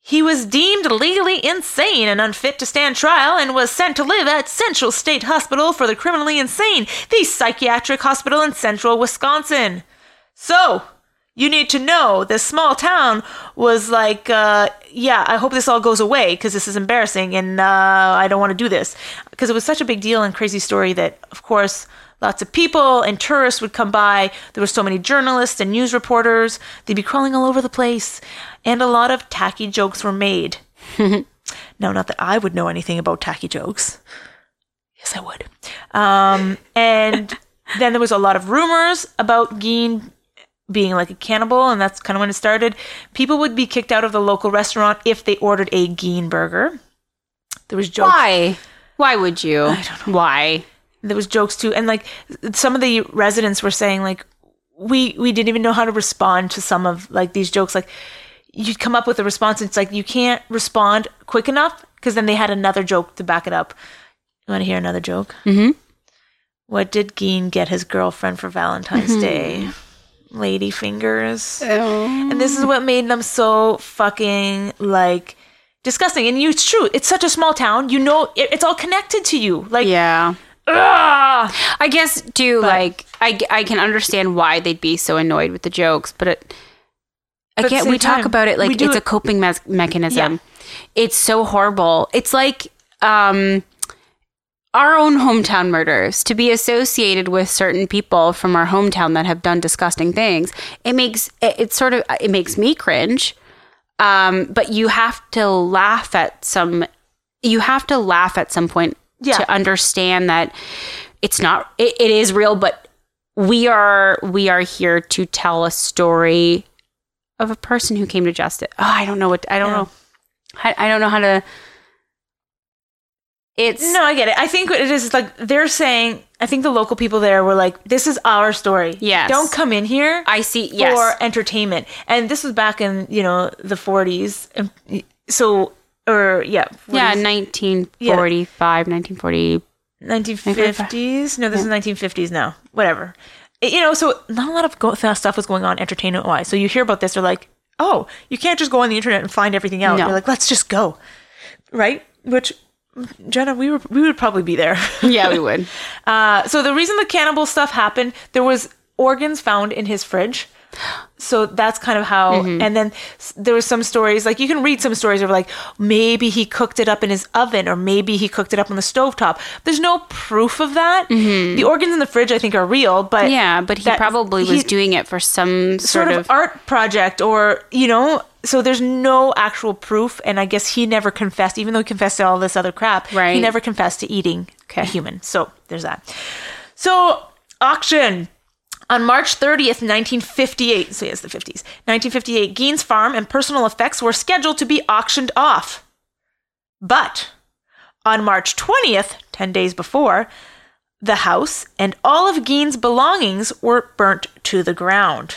Speaker 1: He was deemed legally insane and unfit to stand trial and was sent to live at Central State Hospital for the Criminally Insane, the psychiatric hospital in central Wisconsin. So, you need to know this small town was like, uh, yeah, I hope this all goes away because this is embarrassing and uh, I don't want to do this. Because it was such a big deal and crazy story that, of course, lots of people and tourists would come by. There were so many journalists and news reporters. They'd be crawling all over the place. And a lot of tacky jokes were made. no, not that I would know anything about tacky jokes. Yes, I would. Um, and then there was a lot of rumors about Geen being like a cannibal, and that's kind of when it started. People would be kicked out of the local restaurant if they ordered a Geen burger. There was jokes.
Speaker 2: Why? Why would you? I don't know. Why?
Speaker 1: There was jokes too, and like some of the residents were saying, like we we didn't even know how to respond to some of like these jokes. Like you'd come up with a response, and it's like you can't respond quick enough because then they had another joke to back it up. You want to hear another joke? Mm-hmm. What did Geen get his girlfriend for Valentine's Day? Lady fingers.
Speaker 2: Uh,
Speaker 1: And this is what made them so fucking like disgusting. And you, it's true. It's such a small town. You know, it, it's all connected to you. Like,
Speaker 2: Yeah.
Speaker 1: ugh.
Speaker 2: I guess too. like I, I can understand why they'd be so annoyed with the jokes, but it,
Speaker 1: at the
Speaker 2: again,
Speaker 1: same
Speaker 2: we talk
Speaker 1: time,
Speaker 2: about it like
Speaker 1: we do
Speaker 2: it's a
Speaker 1: it-
Speaker 2: coping mes- mechanism. It's so horrible. It's like um, our own hometown murders to be associated with certain people from our hometown that have done disgusting things. It makes it, it sort of it makes me cringe. Um, but you have to laugh at some. You have to laugh at some point
Speaker 1: Yeah.
Speaker 2: to understand that it's not. It, it is real, but we are we are here to tell a story of a person who came to justice. Oh, I don't know what I don't know. I, I don't know how to. It's
Speaker 1: No, I get it. I think it is like they're saying. I think the local people there were like, "This is our story.
Speaker 2: Yes.
Speaker 1: don't come in here.
Speaker 2: I see- yes.
Speaker 1: for entertainment." And this was back in you know the forties, so or yeah,
Speaker 2: yeah, 1945, 1940.
Speaker 1: nineteen fifties. No, this is nineteen fifties now. Whatever, It- you know. So not a lot of go- fast stuff was going on entertainment wise. So you hear about this, they're like, "Oh, you can't just go on the internet and find everything out."
Speaker 2: No.
Speaker 1: You're like, "Let's just go," right? Which. Jenna, we were we would probably be there.
Speaker 2: Yeah, we would.
Speaker 1: Uh, so the reason the cannibal stuff happened, there was organs found in his fridge. So that's kind of how.
Speaker 2: Mm-hmm.
Speaker 1: And then s- there was some stories like you can read some stories of like maybe he cooked it up in his oven or maybe he cooked it up on the stovetop. There's no proof of that. The organs in the fridge I think are real, but
Speaker 2: Mm-hmm. Yeah, but he
Speaker 1: that-
Speaker 2: probably
Speaker 1: he-
Speaker 2: was doing it for some
Speaker 1: sort of, art project or you know so there's no actual proof and i guess he never confessed even though he confessed to all this other crap he
Speaker 2: Right.
Speaker 1: never confessed to eating a
Speaker 2: Okay.
Speaker 1: human so there's that so auction on March 30th, 1958, so yes, the 50s, 1958, Gein's farm and personal effects were scheduled to be auctioned off. But on March 20th, 10 days before, the house and all of Gein's belongings were burnt to the ground.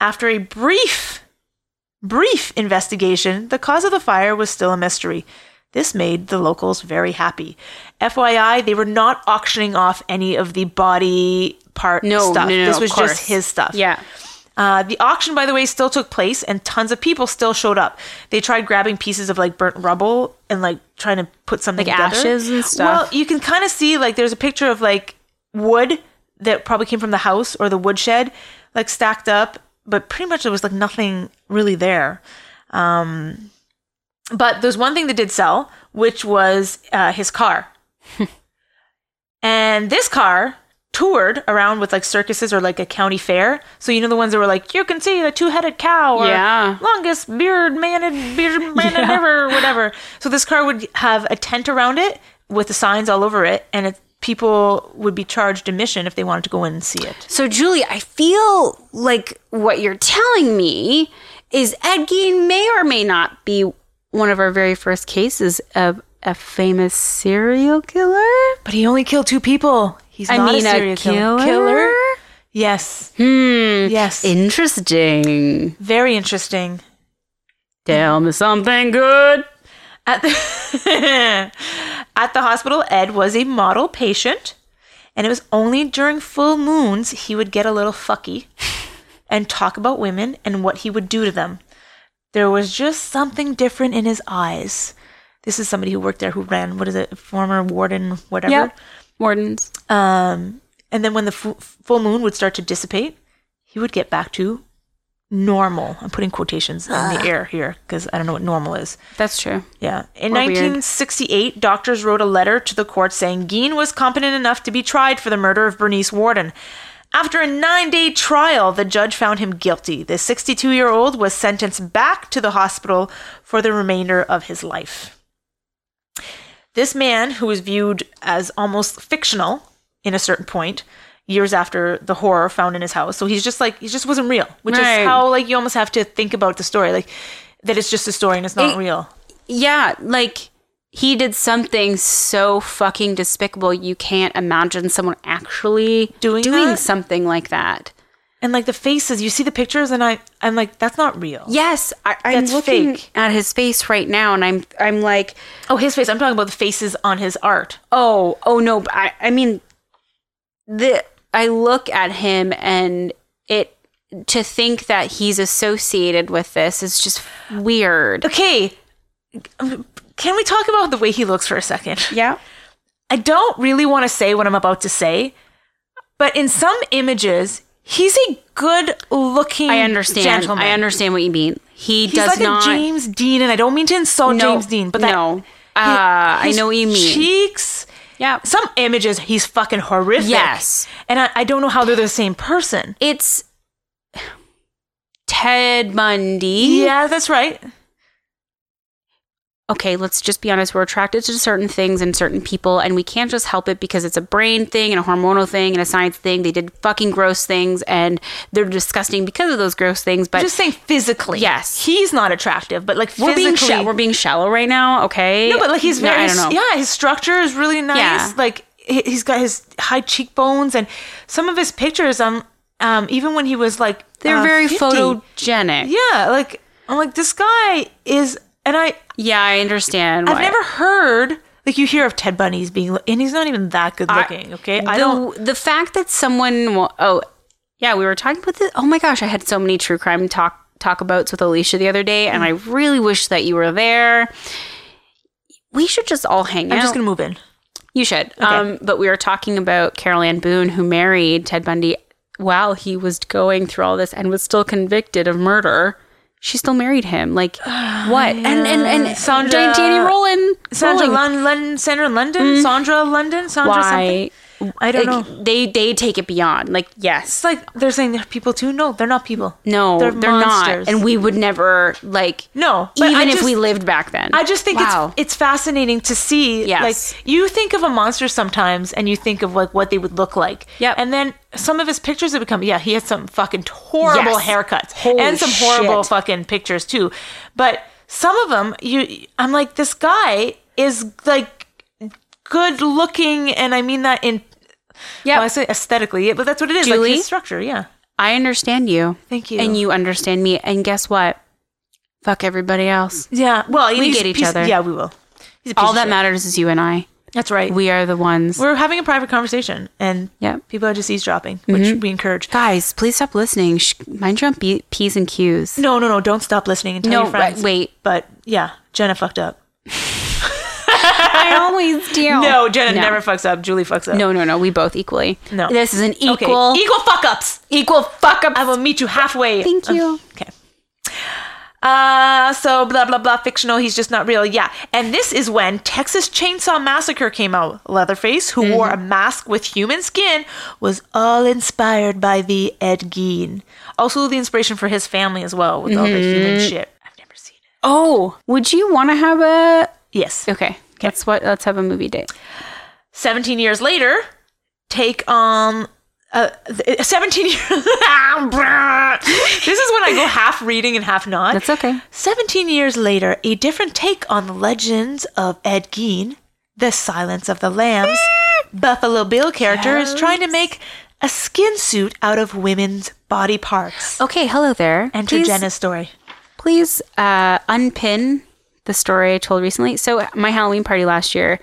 Speaker 1: After a brief, brief investigation, the cause of the fire was still a mystery. This made the locals very happy. FYI, they were not auctioning off any of the body part
Speaker 2: no,
Speaker 1: stuff.
Speaker 2: no, no,
Speaker 1: this
Speaker 2: of
Speaker 1: was
Speaker 2: course.
Speaker 1: just his stuff.
Speaker 2: Yeah.
Speaker 1: Uh, the auction, by the way, still took place, and tons of people still showed up. They tried grabbing pieces of like burnt rubble and like trying to put something
Speaker 2: Like
Speaker 1: together.
Speaker 2: ashes and stuff.
Speaker 1: Well, you can kind of see like there's a picture of like wood that probably came from the house or the woodshed, like stacked up, but pretty much there was like nothing really there. Um, but there's one thing that did sell, which was uh, his car. And this car toured around with like circuses or like a county fair. So you know the ones that were like, you can see the two-headed cow or
Speaker 2: Yeah.
Speaker 1: longest beard maned beard man ever, whatever. So this car would have a tent around it with the signs all over it, and it, people would be charged admission if they wanted to go in and see it.
Speaker 2: So, Julie, I feel like what you're telling me is Ed Gein may or may not be one of our very first cases of a famous serial killer.
Speaker 1: But he only killed two people. He's
Speaker 2: I
Speaker 1: not
Speaker 2: mean,
Speaker 1: a serial killer.
Speaker 2: killer?
Speaker 1: Yes.
Speaker 2: Hmm.
Speaker 1: Yes.
Speaker 2: Interesting.
Speaker 1: Very interesting.
Speaker 2: Tell me something good.
Speaker 1: At the, at the hospital, Ed was a model patient, and it was only during full moons he would get a little fucky and talk about women and what he would do to them. There was just something different in his eyes. This is somebody who worked there who ran, what is it, former warden, whatever.
Speaker 2: Yep. Wardens.
Speaker 1: Um, and then when the fu- full moon would start to dissipate, he would get back to normal. I'm putting quotations in the air here because I don't know what normal is.
Speaker 2: That's true.
Speaker 1: Yeah. In
Speaker 2: Or weird.
Speaker 1: 1968, doctors wrote a letter to the court saying Gein was competent enough to be tried for the murder of Bernice Warden. After a nine day trial, the judge found him guilty. The 62 year old was sentenced back to the hospital for the remainder of his life. This man, who was viewed as almost fictional in a certain point, years after the horror found in his house, so he's just like, he just wasn't real, which
Speaker 2: Right.
Speaker 1: is how, like, you almost have to think about the story. Like, that it's just a story and it's not
Speaker 2: It-
Speaker 1: real.
Speaker 2: Yeah, like he did something so fucking despicable. You can't imagine someone actually
Speaker 1: Doing that?
Speaker 2: something like that.
Speaker 1: and like the faces you see the pictures and i i'm like that's not real
Speaker 2: Yes, I, I'm
Speaker 1: That's
Speaker 2: looking
Speaker 1: fake.
Speaker 2: at his face right now, and I'm I'm like,
Speaker 1: oh his face i'm talking about the faces on his art
Speaker 2: oh, oh no. but I I mean, the I look at him and it to think that he's associated with this is just weird.
Speaker 1: okay um, can we talk about the way he looks for a second
Speaker 2: Yeah.
Speaker 1: i don't really want to say what i'm about to say but in some images he's a good looking
Speaker 2: I understand.
Speaker 1: gentleman
Speaker 2: I understand what you mean. He
Speaker 1: he's
Speaker 2: does
Speaker 1: like
Speaker 2: not
Speaker 1: a james dean and i don't mean to insult james dean but that
Speaker 2: no, uh, I
Speaker 1: his
Speaker 2: know what you mean.
Speaker 1: cheeks
Speaker 2: yeah,
Speaker 1: some images he's fucking horrific
Speaker 2: Yes.
Speaker 1: and I, I don't know how they're the same person
Speaker 2: it's Ted Bundy.
Speaker 1: yeah that's right
Speaker 2: okay, let's just be honest, we're attracted to certain things and certain people, and we can't just help it because it's a brain thing and a hormonal thing and a science thing. They did fucking gross things and they're disgusting because of those gross things, but
Speaker 1: I'm just saying physically.
Speaker 2: Yes.
Speaker 1: He's not attractive, but like
Speaker 2: we're
Speaker 1: physically.
Speaker 2: being shallow. We're being shallow right now, okay?
Speaker 1: no, but like he's
Speaker 2: No,
Speaker 1: very.
Speaker 2: I don't know.
Speaker 1: Yeah, his structure is really nice.
Speaker 2: Yeah.
Speaker 1: Like he- he's got his high cheekbones and some of his pictures. Um, um, even when he was like,
Speaker 2: They're
Speaker 1: uh,
Speaker 2: very
Speaker 1: 50.
Speaker 2: photogenic. Yeah,
Speaker 1: Yeah, like I'm like this guy is, and I
Speaker 2: I understand.
Speaker 1: I've
Speaker 2: why.
Speaker 1: never heard like you hear of Ted Bundy's being, and he's not even that good looking. okay, I
Speaker 2: the,
Speaker 1: don't.
Speaker 2: The fact that someone. wa- Oh, yeah, we were talking about this. Oh my gosh, I had so many true crime talk talk abouts with Alicia the other day,
Speaker 1: Mm.
Speaker 2: and I really wish that you were there. We should just all hang out.
Speaker 1: I'm just gonna move in.
Speaker 2: you should. Um, but we were talking about Carol Ann Boone, who married Ted Bundy while he was going through all this and was still convicted of murder. She still married him. Like what? And and and
Speaker 1: Oh, Sandra-
Speaker 2: Danny Rowland.
Speaker 1: Sandra
Speaker 2: Rowling.
Speaker 1: Lon- London, Sandra London, Sandra London, Sandra
Speaker 2: Mm. Why?
Speaker 1: something. I don't know.
Speaker 2: Like, they they take it beyond. Like yes,
Speaker 1: It's like they're saying they're people too. No, they're not people.
Speaker 2: No,
Speaker 1: they're,
Speaker 2: they're,
Speaker 1: monsters.
Speaker 2: not. And we would never like
Speaker 1: No, but
Speaker 2: even
Speaker 1: I
Speaker 2: if
Speaker 1: just-
Speaker 2: we lived back then.
Speaker 1: I just think
Speaker 2: Wow.
Speaker 1: it's it's fascinating to see.
Speaker 2: Yes.
Speaker 1: Like you think of a monster sometimes, and you think of like what they would look like.
Speaker 2: Yep.
Speaker 1: And then some of his pictures have become. Yeah, he had some fucking horrible
Speaker 2: Yes.
Speaker 1: haircuts
Speaker 2: Holy
Speaker 1: and some horrible
Speaker 2: shit.
Speaker 1: fucking pictures too. But some of them, you, I'm like, this guy is like good looking, and I mean that in.
Speaker 2: Yep.
Speaker 1: well, I say aesthetically, yeah, but that's what it is. Like
Speaker 2: Julie?
Speaker 1: his structure, yeah.
Speaker 2: I understand you.
Speaker 1: Thank you.
Speaker 2: And you understand me. And guess what? Fuck everybody else.
Speaker 1: Yeah. Well,
Speaker 2: We
Speaker 1: he's
Speaker 2: get
Speaker 1: a
Speaker 2: each
Speaker 1: piece-
Speaker 2: other.
Speaker 1: Yeah, we will. He's a piece
Speaker 2: All
Speaker 1: of
Speaker 2: that
Speaker 1: shit.
Speaker 2: matters is you and I.
Speaker 1: That's right.
Speaker 2: We are the ones.
Speaker 1: we're having a private conversation and
Speaker 2: Yeah.
Speaker 1: people are just eavesdropping which we encourage
Speaker 2: Guys, please stop listening. Sh- mind your own be- P's and Q's.
Speaker 1: no no no don't stop listening and tell
Speaker 2: No,
Speaker 1: your friends
Speaker 2: right, wait.
Speaker 1: but yeah jenna fucked up
Speaker 2: I always do.
Speaker 1: no jenna never fucks up julie fucks up
Speaker 2: No, no, no. We both equally.
Speaker 1: No.
Speaker 2: This is an
Speaker 1: okay. e
Speaker 2: equal,
Speaker 1: equal fuck ups
Speaker 2: equal fuck up.
Speaker 1: i will meet you halfway
Speaker 2: Thank you.
Speaker 1: okay uh so blah blah blah fictional he's just not real yeah and this is when texas chainsaw massacre came out leatherface who wore
Speaker 2: Mm-hmm.
Speaker 1: a mask with human skin was all inspired by the ed gein also the inspiration for his family as well with all the human
Speaker 2: Mm-hmm.
Speaker 1: shit i've never seen it
Speaker 2: Oh, would you want to have a?
Speaker 1: yes
Speaker 2: Okay, that's what. Let's have a movie date.
Speaker 1: 17 years later, take um uh, th- 17 years. this is when I go half reading and half not.
Speaker 2: That's okay.
Speaker 1: 17 years later, a different take on the legends of Ed Gein, the Silence of the Lambs, Buffalo Bill character is trying to make a skin suit out of women's body parts.
Speaker 2: Okay, hello there.
Speaker 1: Enter
Speaker 2: please,
Speaker 1: Jenna's story.
Speaker 2: Please uh, unpin the story I told recently. So, my Halloween party last year,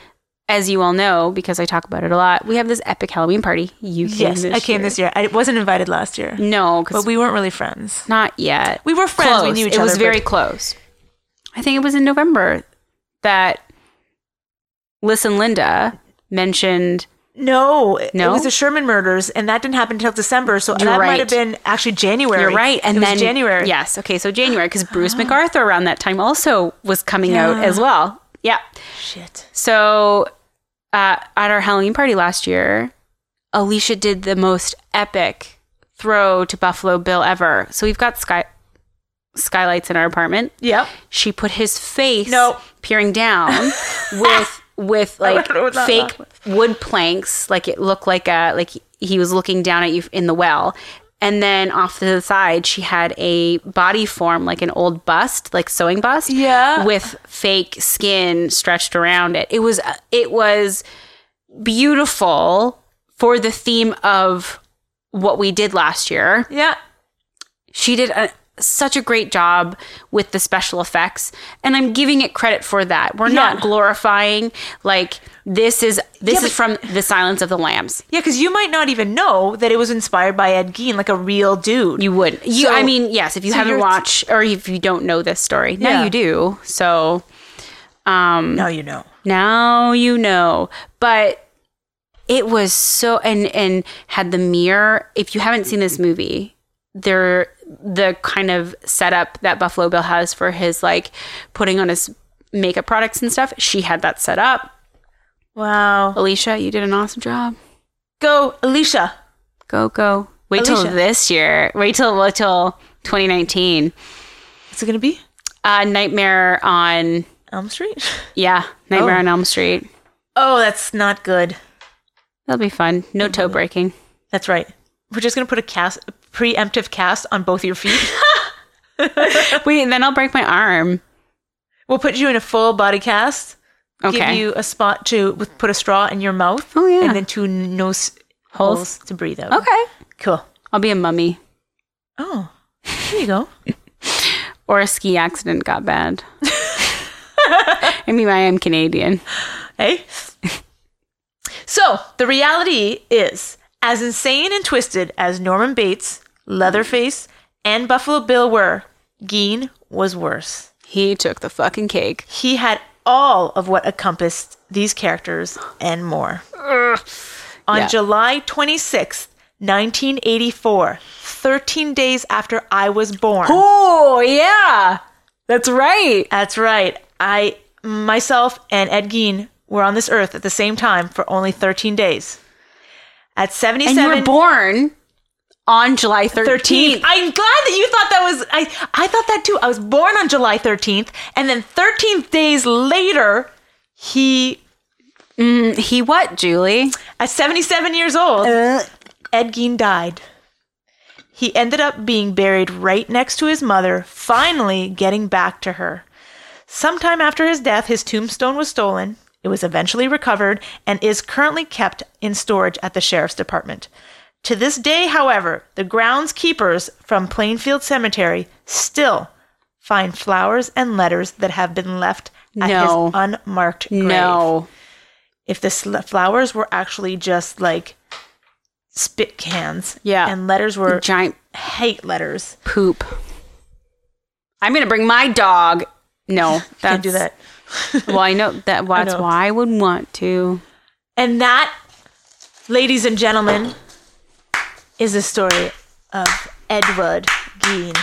Speaker 2: as you all know, because I talk about it a lot, we have this epic Halloween party. You came
Speaker 1: Yes,
Speaker 2: this
Speaker 1: I came
Speaker 2: year.
Speaker 1: this year. I wasn't invited last year,
Speaker 2: No, because
Speaker 1: but we weren't really friends.
Speaker 2: not yet.
Speaker 1: We were friends. We
Speaker 2: Close.
Speaker 1: knew each
Speaker 2: It was
Speaker 1: other,
Speaker 2: very
Speaker 1: but-
Speaker 2: close. I think it was in November that Listen Linda mentioned
Speaker 1: No, it-
Speaker 2: No?
Speaker 1: it was the Sherman murders, and that didn't happen until December. So
Speaker 2: You're
Speaker 1: that
Speaker 2: right.
Speaker 1: might have been actually January.
Speaker 2: You're right. And
Speaker 1: it
Speaker 2: then
Speaker 1: was January.
Speaker 2: Yes. Okay. So January, because Bruce MacArthur around that time also was coming out
Speaker 1: Yeah.
Speaker 2: as well. Yeah.
Speaker 1: Shit.
Speaker 2: So uh, at our Halloween party last year, Alicia did the most epic throw to Buffalo Bill ever. So we've got sky skylights in our apartment.
Speaker 1: Yep.
Speaker 2: She put his face
Speaker 1: No.
Speaker 2: peering down with with like
Speaker 1: don't know what that
Speaker 2: fake wood planks, like it looked like a like he was looking down at you in the well. And then off to the side, she had a body form, like an old bust, like sewing bust,
Speaker 1: Yeah.
Speaker 2: with fake skin stretched around it. It was it was beautiful for the theme of what we did last year
Speaker 1: Yeah.
Speaker 2: she did a, such a great job with the special effects and i'm giving it credit for that we're not
Speaker 1: Yeah.
Speaker 2: glorifying like this is this
Speaker 1: Yeah,
Speaker 2: is from the silence of the lambs
Speaker 1: Yeah, because you might not even know that it was inspired by Ed Gein, like a real dude.
Speaker 2: you would you
Speaker 1: So-
Speaker 2: i mean yes if you
Speaker 1: so
Speaker 2: haven't
Speaker 1: you're-
Speaker 2: watched or if you don't know this story now
Speaker 1: Yeah.
Speaker 2: you do so
Speaker 1: now you know.
Speaker 2: now you know but it was so and and had the mirror if you haven't seen this movie there the kind of setup that buffalo bill has for his like putting on his makeup products and stuff she had that set up
Speaker 1: Wow.
Speaker 2: alicia you did an awesome job
Speaker 1: Go, Alicia.
Speaker 2: go go wait till
Speaker 1: Alicia.
Speaker 2: this year wait till wait till 2019
Speaker 1: What's it gonna be?
Speaker 2: uh, nightmare on
Speaker 1: Elm Street?
Speaker 2: Yeah, Nightmare
Speaker 1: Oh.
Speaker 2: on Elm Street.
Speaker 1: Oh, that's not good.
Speaker 2: That'll be fun. No toe breaking.
Speaker 1: That's right. We're just gonna put a cast, a preemptive cast on both your feet.
Speaker 2: Wait, then I'll break my arm.
Speaker 1: we'll put you in a full body cast. Give
Speaker 2: Okay.
Speaker 1: you a spot to with, put a straw in your mouth.
Speaker 2: Oh, yeah.
Speaker 1: And then two n- nose
Speaker 2: Holes.
Speaker 1: holes, to breathe out.
Speaker 2: okay.
Speaker 1: Cool.
Speaker 2: I'll be a mummy.
Speaker 1: Oh, there you go.
Speaker 2: Or a ski accident got bad. I mean, I am Canadian.
Speaker 1: Hey. So the reality is, as insane and twisted as Norman Bates, Leatherface, and Buffalo Bill were, Geen was worse.
Speaker 2: He took the fucking cake.
Speaker 1: He had all of what encompassed these characters and more. On
Speaker 2: Yeah.
Speaker 1: July 26th, 1984, 13 days after I was born.
Speaker 2: Oh, yeah. That's right.
Speaker 1: That's right. I, myself, and Ed Gein were on this earth at the same time for only 13 days. At 77.
Speaker 2: And you were born on July 13th.
Speaker 1: 13th. I'm glad that you thought that was I I thought that too. I was born on July 13th and then 13 days later he
Speaker 2: He what, Julie?
Speaker 1: at 77 years old
Speaker 2: Uh.
Speaker 1: Ed Gein died. He ended up being buried right next to his mother, finally getting back to her. Sometime after his death, his tombstone was stolen. It was eventually recovered and is currently kept in storage at the sheriff's department. To this day, however, the groundskeepers from Plainfield Cemetery still find flowers and letters that have been left at
Speaker 2: No.
Speaker 1: his unmarked grave
Speaker 2: No.
Speaker 1: if the sl- flowers were actually just like spit cans
Speaker 2: Yeah.
Speaker 1: and letters were
Speaker 2: Giant
Speaker 1: hate letters
Speaker 2: poop. I'm going to bring my dog. No, that's,
Speaker 1: can't do that
Speaker 2: Well, I know that. That's
Speaker 1: know.
Speaker 2: why I would want to.
Speaker 1: and that ladies and gentlemen is the story of edward gein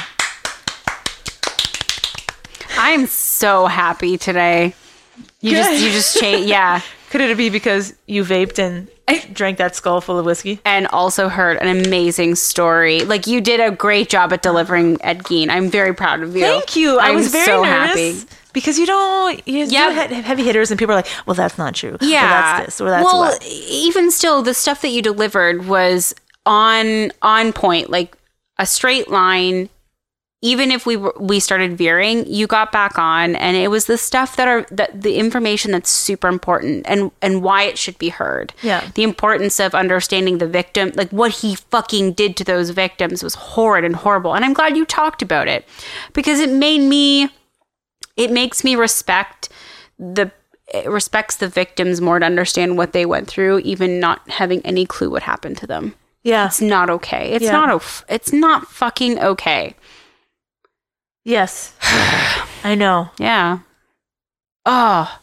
Speaker 2: I'm so happy today. You
Speaker 1: Good.
Speaker 2: just, you just change. Yeah.
Speaker 1: could it be because you vaped and drank that skull full of whiskey
Speaker 2: and also heard an amazing story. Like you did a great job at delivering Ed Gein. I'm very proud of you.
Speaker 1: thank you i
Speaker 2: I'm
Speaker 1: was very
Speaker 2: so
Speaker 1: nervous
Speaker 2: happy.
Speaker 1: because you don't you
Speaker 2: Yep.
Speaker 1: do had heavy hitters and people are like well that's not true Well,
Speaker 2: Yeah,
Speaker 1: that's this or that's
Speaker 2: well,
Speaker 1: what
Speaker 2: even still, the stuff that you delivered was on on point, like a straight line. Even if we were, we started veering, you got back on, and it was the stuff that are that the information that's super important and and why it should be heard.
Speaker 1: Yeah.
Speaker 2: the importance of understanding the victim, like what he fucking did to those victims was horrid and horrible. And I'm glad you talked about it because it made me, it makes me respect the, it respects the victims more to understand what they went through, even not having any clue what happened to them.
Speaker 1: yeah
Speaker 2: It's not okay. It's
Speaker 1: Yeah.
Speaker 2: not, o- it's not fucking okay.
Speaker 1: yes i know
Speaker 2: Yeah. Oh,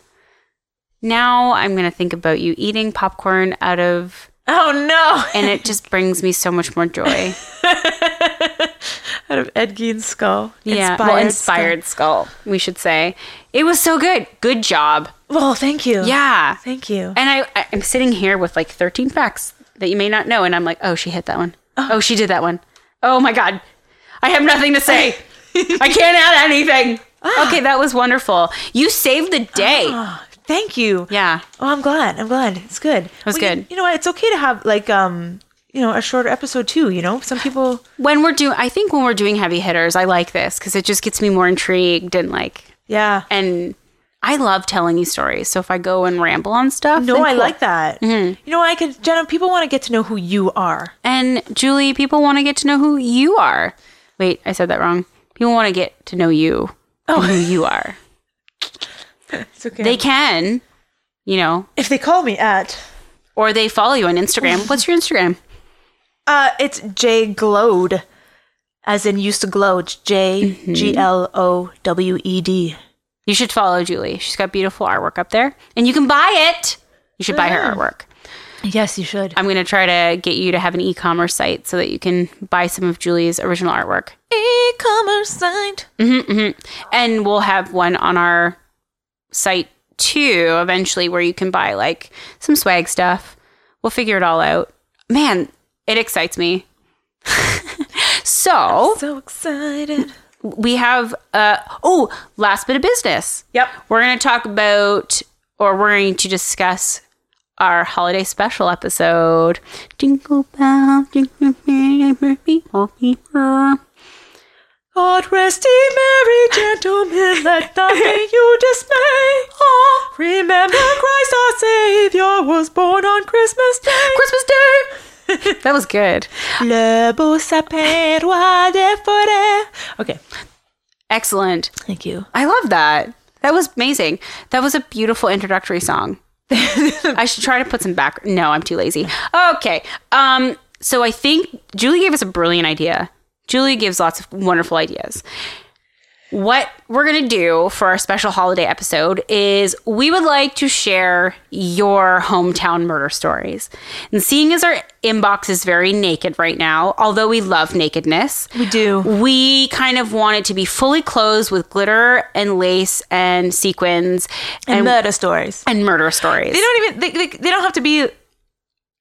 Speaker 2: now I'm going to think about you eating popcorn out of,
Speaker 1: oh no
Speaker 2: and it just brings me so much more joy.
Speaker 1: out of Ed Gein's skull.
Speaker 2: Yeah, well, inspired skull. we should say. It was so good. Good job.
Speaker 1: skull. Well, thank you.
Speaker 2: Yeah.
Speaker 1: Thank you.
Speaker 2: And I, I- I'm sitting here with like 13 facts that you may not know, and I'm like, oh, she hit that one. Oh, she did that one. Oh my God, I have nothing to say. I can't add anything. Okay, that was wonderful. You saved the day.
Speaker 1: Oh, thank you.
Speaker 2: Yeah.
Speaker 1: Oh, I'm glad. I'm glad. It's good. It
Speaker 2: was
Speaker 1: You,
Speaker 2: good.
Speaker 1: you know what? It's okay to have like um, you know, a shorter episode too, you know? Some people
Speaker 2: When we're doing, I think when we're doing heavy hitters, I like this because it just gets me more intrigued and like,
Speaker 1: Yeah.
Speaker 2: and I love telling you stories. So if I go and ramble on stuff,
Speaker 1: No,
Speaker 2: then
Speaker 1: I
Speaker 2: cool.
Speaker 1: like that.
Speaker 2: Mm-hmm.
Speaker 1: You know, I could Jenna, people want to get to know who you are.
Speaker 2: And Julie, people want to get to know who you are. Wait, I said that wrong. People want to get to know you
Speaker 1: Oh.
Speaker 2: and who you are.
Speaker 1: It's okay.
Speaker 2: They can, you know,
Speaker 1: if they call me at
Speaker 2: or they follow you on Instagram. What's your Instagram?
Speaker 1: uh it's J Glowed. As in used to glow. It's J G L O W E D.
Speaker 2: You should follow Julie. She's got beautiful artwork up there, and you can buy it. You should buy her
Speaker 1: Mm.
Speaker 2: artwork.
Speaker 1: Yes, you should.
Speaker 2: I'm going to try to get you to have an e commerce site so that you can buy some of Julie's original artwork. Mm-hmm,
Speaker 1: e-commerce site.
Speaker 2: and we'll have one on our site too eventually where you can buy like some swag stuff we'll figure it all out man it excites me so
Speaker 1: So excited.
Speaker 2: we have uh oh last bit of business
Speaker 1: Yep.
Speaker 2: we're going to talk about or we're going to discuss our holiday special episode jingle bell jingle bell Murphy, Murphy, Murphy.
Speaker 1: God rest ye merry gentlemen, let nothing you dismay. Remember Christ our Savior was born on Christmas Day.
Speaker 2: christmas day that was good
Speaker 1: Le beau sapin roi des forêts. Okay,
Speaker 2: excellent
Speaker 1: thank you.
Speaker 2: i love that that was amazing that was a beautiful introductory song i should try to put some back no i'm too lazy okay um so i think julie gave us a brilliant idea julie gives lots of wonderful ideas what we're going to do for our special holiday episode is we would like to share your hometown murder stories. And seeing as our inbox is very naked right now, although we love nakedness, we
Speaker 1: do.
Speaker 2: We kind of want it to be fully clothed with glitter and lace and sequins
Speaker 1: And,
Speaker 2: and,
Speaker 1: murder stories.
Speaker 2: and murder stories.
Speaker 1: They don't even, they, they, they don't have to be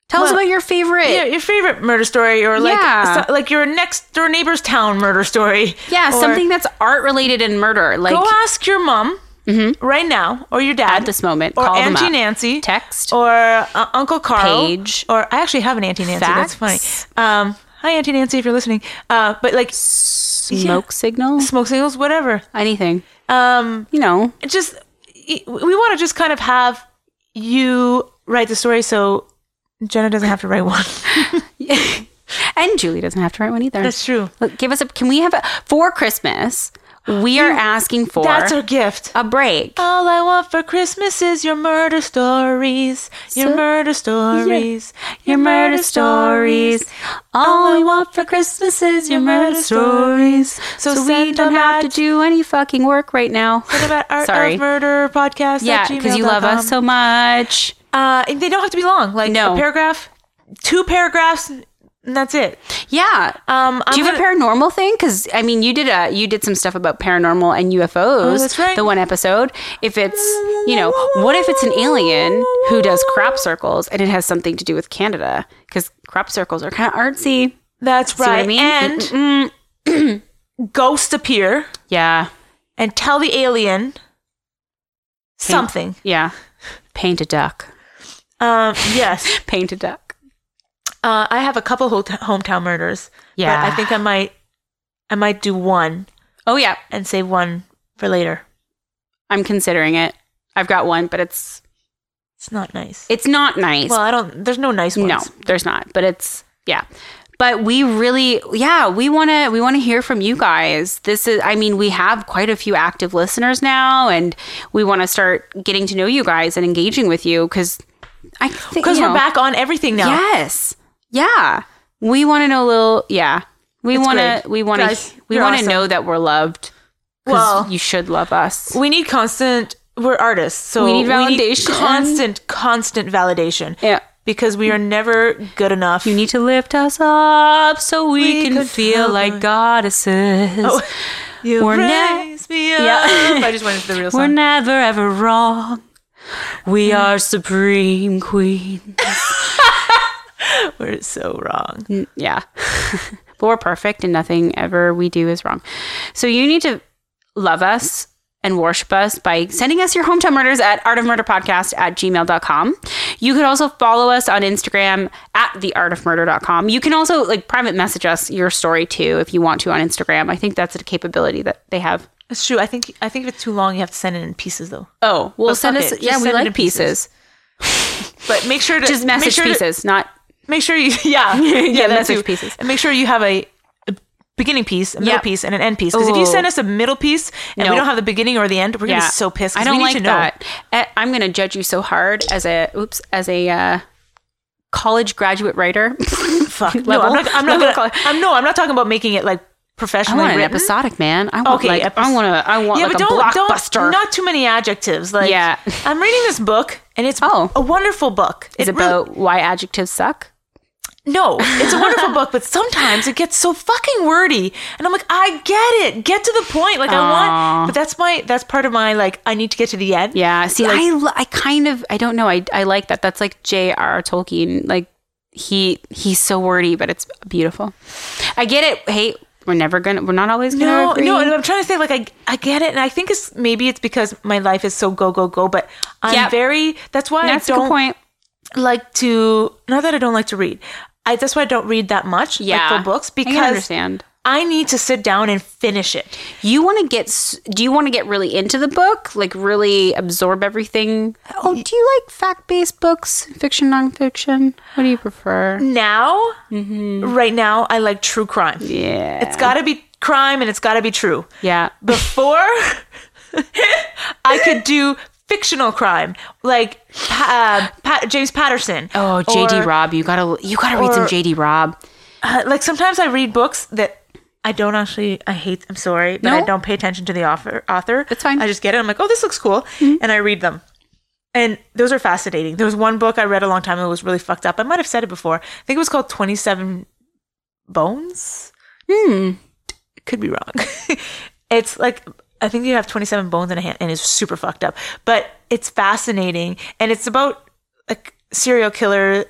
Speaker 2: Tell us
Speaker 1: well,
Speaker 2: about your favorite.
Speaker 1: your, your favorite murder story or like,
Speaker 2: Yeah.
Speaker 1: so- like your next door neighbor's town murder story.
Speaker 2: Yeah,
Speaker 1: Or
Speaker 2: something that's art related and murder. Like
Speaker 1: Go ask your mom right now or your
Speaker 2: at
Speaker 1: dad
Speaker 2: this moment,
Speaker 1: or
Speaker 2: call them
Speaker 1: Auntie
Speaker 2: up.
Speaker 1: Nancy.
Speaker 2: Text.
Speaker 1: or uh, Uncle Carl,
Speaker 2: Paige.
Speaker 1: or I actually have an Auntie Nancy. That's
Speaker 2: Fax.
Speaker 1: funny. Um, hi, Auntie Nancy, if you're listening. Uh, but like
Speaker 2: smoke signals.
Speaker 1: smoke signals, whatever.
Speaker 2: Anything.
Speaker 1: Um,
Speaker 2: You know.
Speaker 1: it just we want to just kind of have you write the story, so Jenna doesn't have to write one.
Speaker 2: and Julie doesn't have to write one either.
Speaker 1: That's true.
Speaker 2: Look, give us a. Can we have a for Christmas? We are asking for
Speaker 1: That's our gift.
Speaker 2: a break.
Speaker 1: All I want for Christmas is your murder stories, your
Speaker 2: So-
Speaker 1: murder stories, your murder stories.
Speaker 2: All I want for Christmas is your murder stories. So,
Speaker 1: So
Speaker 2: we
Speaker 1: send
Speaker 2: don't
Speaker 1: them
Speaker 2: have to
Speaker 1: at-
Speaker 2: do any fucking work right now.
Speaker 1: What about art
Speaker 2: Sorry.
Speaker 1: of murder podcast?
Speaker 2: Yeah, because you love us so much.
Speaker 1: Uh, and they don't have to be long. Like
Speaker 2: No.
Speaker 1: a paragraph, two paragraphs, and that's it.
Speaker 2: Yeah.
Speaker 1: Um, I'm
Speaker 2: do you have
Speaker 1: gonna-
Speaker 2: a paranormal thing? Because I mean, you did a you did some stuff about paranormal and UFOs.
Speaker 1: Oh, that's right.
Speaker 2: The one episode. If it's you know, what if it's an alien who does crop circles and it has something to do with Canada? Because crop circles are kind of artsy.
Speaker 1: That's
Speaker 2: what I
Speaker 1: right.
Speaker 2: mean?
Speaker 1: And ghosts appear
Speaker 2: Yeah,
Speaker 1: and tell the alien something.
Speaker 2: yeah. Paint a duck.
Speaker 1: Um, yes,
Speaker 2: Paint a duck.
Speaker 1: uh, I have a couple hot- hometown murders.
Speaker 2: Yeah.
Speaker 1: but I think I might, I might do one
Speaker 2: Oh yeah,
Speaker 1: and save one for later.
Speaker 2: I'm considering it. I've got one, but it's
Speaker 1: It's not nice.
Speaker 2: it's not nice.
Speaker 1: well, I don't. There's no nice ones.
Speaker 2: No, there's not. But it's yeah. But we really yeah, we want to we want to hear from you guys. This is I mean, we have quite a few active listeners now and we want to start getting to know you guys and engaging with you cuz I think
Speaker 1: because
Speaker 2: you know,
Speaker 1: we're back on everything now.
Speaker 2: Yes. Yeah. We want to know a little yeah. We
Speaker 1: It's
Speaker 2: want to
Speaker 1: great.
Speaker 2: we want
Speaker 1: Guys,
Speaker 2: to we
Speaker 1: you're
Speaker 2: want to
Speaker 1: awesome.
Speaker 2: know that we're loved cuz
Speaker 1: Well-
Speaker 2: you should love us.
Speaker 1: we need constant we're artists so
Speaker 2: We need validation.
Speaker 1: constant constant validation
Speaker 2: Yeah.
Speaker 1: because we are never good enough
Speaker 2: You need to lift us up so we,
Speaker 1: We
Speaker 2: can Oh,
Speaker 1: could
Speaker 2: feel
Speaker 1: help
Speaker 2: like
Speaker 1: it.
Speaker 2: goddesses.
Speaker 1: you
Speaker 2: we're
Speaker 1: raise me up.
Speaker 2: Yeah.
Speaker 1: i just went into the real
Speaker 2: We're
Speaker 1: song
Speaker 2: never ever wrong. We are supreme queen.
Speaker 1: we're, so wrong
Speaker 2: Yeah. but we're perfect and nothing ever we do is wrong. So you need to love us and worship us by sending us your hometown murders at artofmurderpodcast at gmail.com. You could also follow us on Instagram at theartofmurder.com. You can also like private message us your story too if you want to on Instagram. I think that's a capability that they have.
Speaker 1: it's true i think i think if it's too long you have to send it in pieces though
Speaker 2: Oh, well
Speaker 1: But
Speaker 2: send
Speaker 1: fuck
Speaker 2: us
Speaker 1: it. Just
Speaker 2: yeah,
Speaker 1: send
Speaker 2: we
Speaker 1: it
Speaker 2: like
Speaker 1: in pieces.
Speaker 2: pieces.
Speaker 1: but make sure to
Speaker 2: Just
Speaker 1: make
Speaker 2: message
Speaker 1: sure to-
Speaker 2: pieces, not
Speaker 1: make sure you yeah yeah, that
Speaker 2: message pieces.
Speaker 1: and make sure you have a a beginning piece a middle
Speaker 2: Yep.
Speaker 1: piece and an end piece because if
Speaker 2: Ooh.
Speaker 1: you send us a middle piece and
Speaker 2: No.
Speaker 1: we don't have the beginning or the end we're gonna be so pissed 'cause
Speaker 2: I don't
Speaker 1: we
Speaker 2: like
Speaker 1: need to know.
Speaker 2: that. Eh, I'm going to judge you so hard as a oops as a uh, college graduate writer.
Speaker 1: Fuck. No,
Speaker 2: Level-
Speaker 1: I'm not. I'm
Speaker 2: level
Speaker 1: not. Gonna,
Speaker 2: college.
Speaker 1: I'm no. I'm not talking about making it like
Speaker 2: I
Speaker 1: professionally
Speaker 2: want an
Speaker 1: written.
Speaker 2: episodic man. I want
Speaker 1: Okay,
Speaker 2: like I
Speaker 1: epis-
Speaker 2: want a I want
Speaker 1: Yeah,
Speaker 2: like
Speaker 1: but
Speaker 2: a
Speaker 1: don't
Speaker 2: blockbuster.
Speaker 1: don't not too many adjectives. Like,
Speaker 2: Yeah.
Speaker 1: I'm reading this book, and it's
Speaker 2: Oh.
Speaker 1: a wonderful book.
Speaker 2: Is it
Speaker 1: really-
Speaker 2: about why adjectives suck?
Speaker 1: no, it's a wonderful book, but sometimes it gets so fucking wordy, and I'm like, I get it. Get to the point. Like, I
Speaker 2: Aw.
Speaker 1: want. But that's my. That's part of my like. I need to get to the end.
Speaker 2: Yeah. See,
Speaker 1: Like-
Speaker 2: I l- I kind of I don't know. I I like that. That's like J.R. Tolkien. Like he he's so wordy, but it's beautiful. I get it. Hey, we're never gonna we're not always gonna
Speaker 1: No,
Speaker 2: agree.
Speaker 1: no, and I'm trying to say like I I get it, and I think it's maybe it's because my life is so go go go, but I'm
Speaker 2: Yep.
Speaker 1: very that's why
Speaker 2: that's
Speaker 1: I
Speaker 2: a good
Speaker 1: don't
Speaker 2: point.
Speaker 1: like to not that I don't like to read. I that's why I don't read that much
Speaker 2: Yeah,
Speaker 1: like, for books
Speaker 2: I can
Speaker 1: because I,
Speaker 2: understand.
Speaker 1: need to sit down and finish it.
Speaker 2: You want to get? s- Do you want to get really into the book, like really absorb everything? Oh, do you like fact-based books, fiction, nonfiction? What do you prefer?
Speaker 1: Now, right now, I like true crime.
Speaker 2: Mm-hmm. Yeah,
Speaker 1: It's got to be crime and it's got to be true.
Speaker 2: yeah.
Speaker 1: Before I could do fiction,al crime like uh, Pat, James Patterson.
Speaker 2: Oh, JD
Speaker 1: or-
Speaker 2: Robb, you gotta you gotta read some
Speaker 1: or-
Speaker 2: JD Robb.
Speaker 1: Uh, like sometimes I read books that I don't actually. I hate. I'm sorry, but I
Speaker 2: No.
Speaker 1: don't pay attention to the author. Author.
Speaker 2: It's fine. Mm-hmm.
Speaker 1: I just get it. I'm like, oh, this looks cool, and I read them. And those are fascinating. There was one book I read a long time that was really fucked up. I might have said it before. I think it was called Twenty Seven Bones. Hmm. Could be wrong. it's like I think you have twenty seven bones in a hand, and it's super fucked up. But it's fascinating, and it's about a serial killer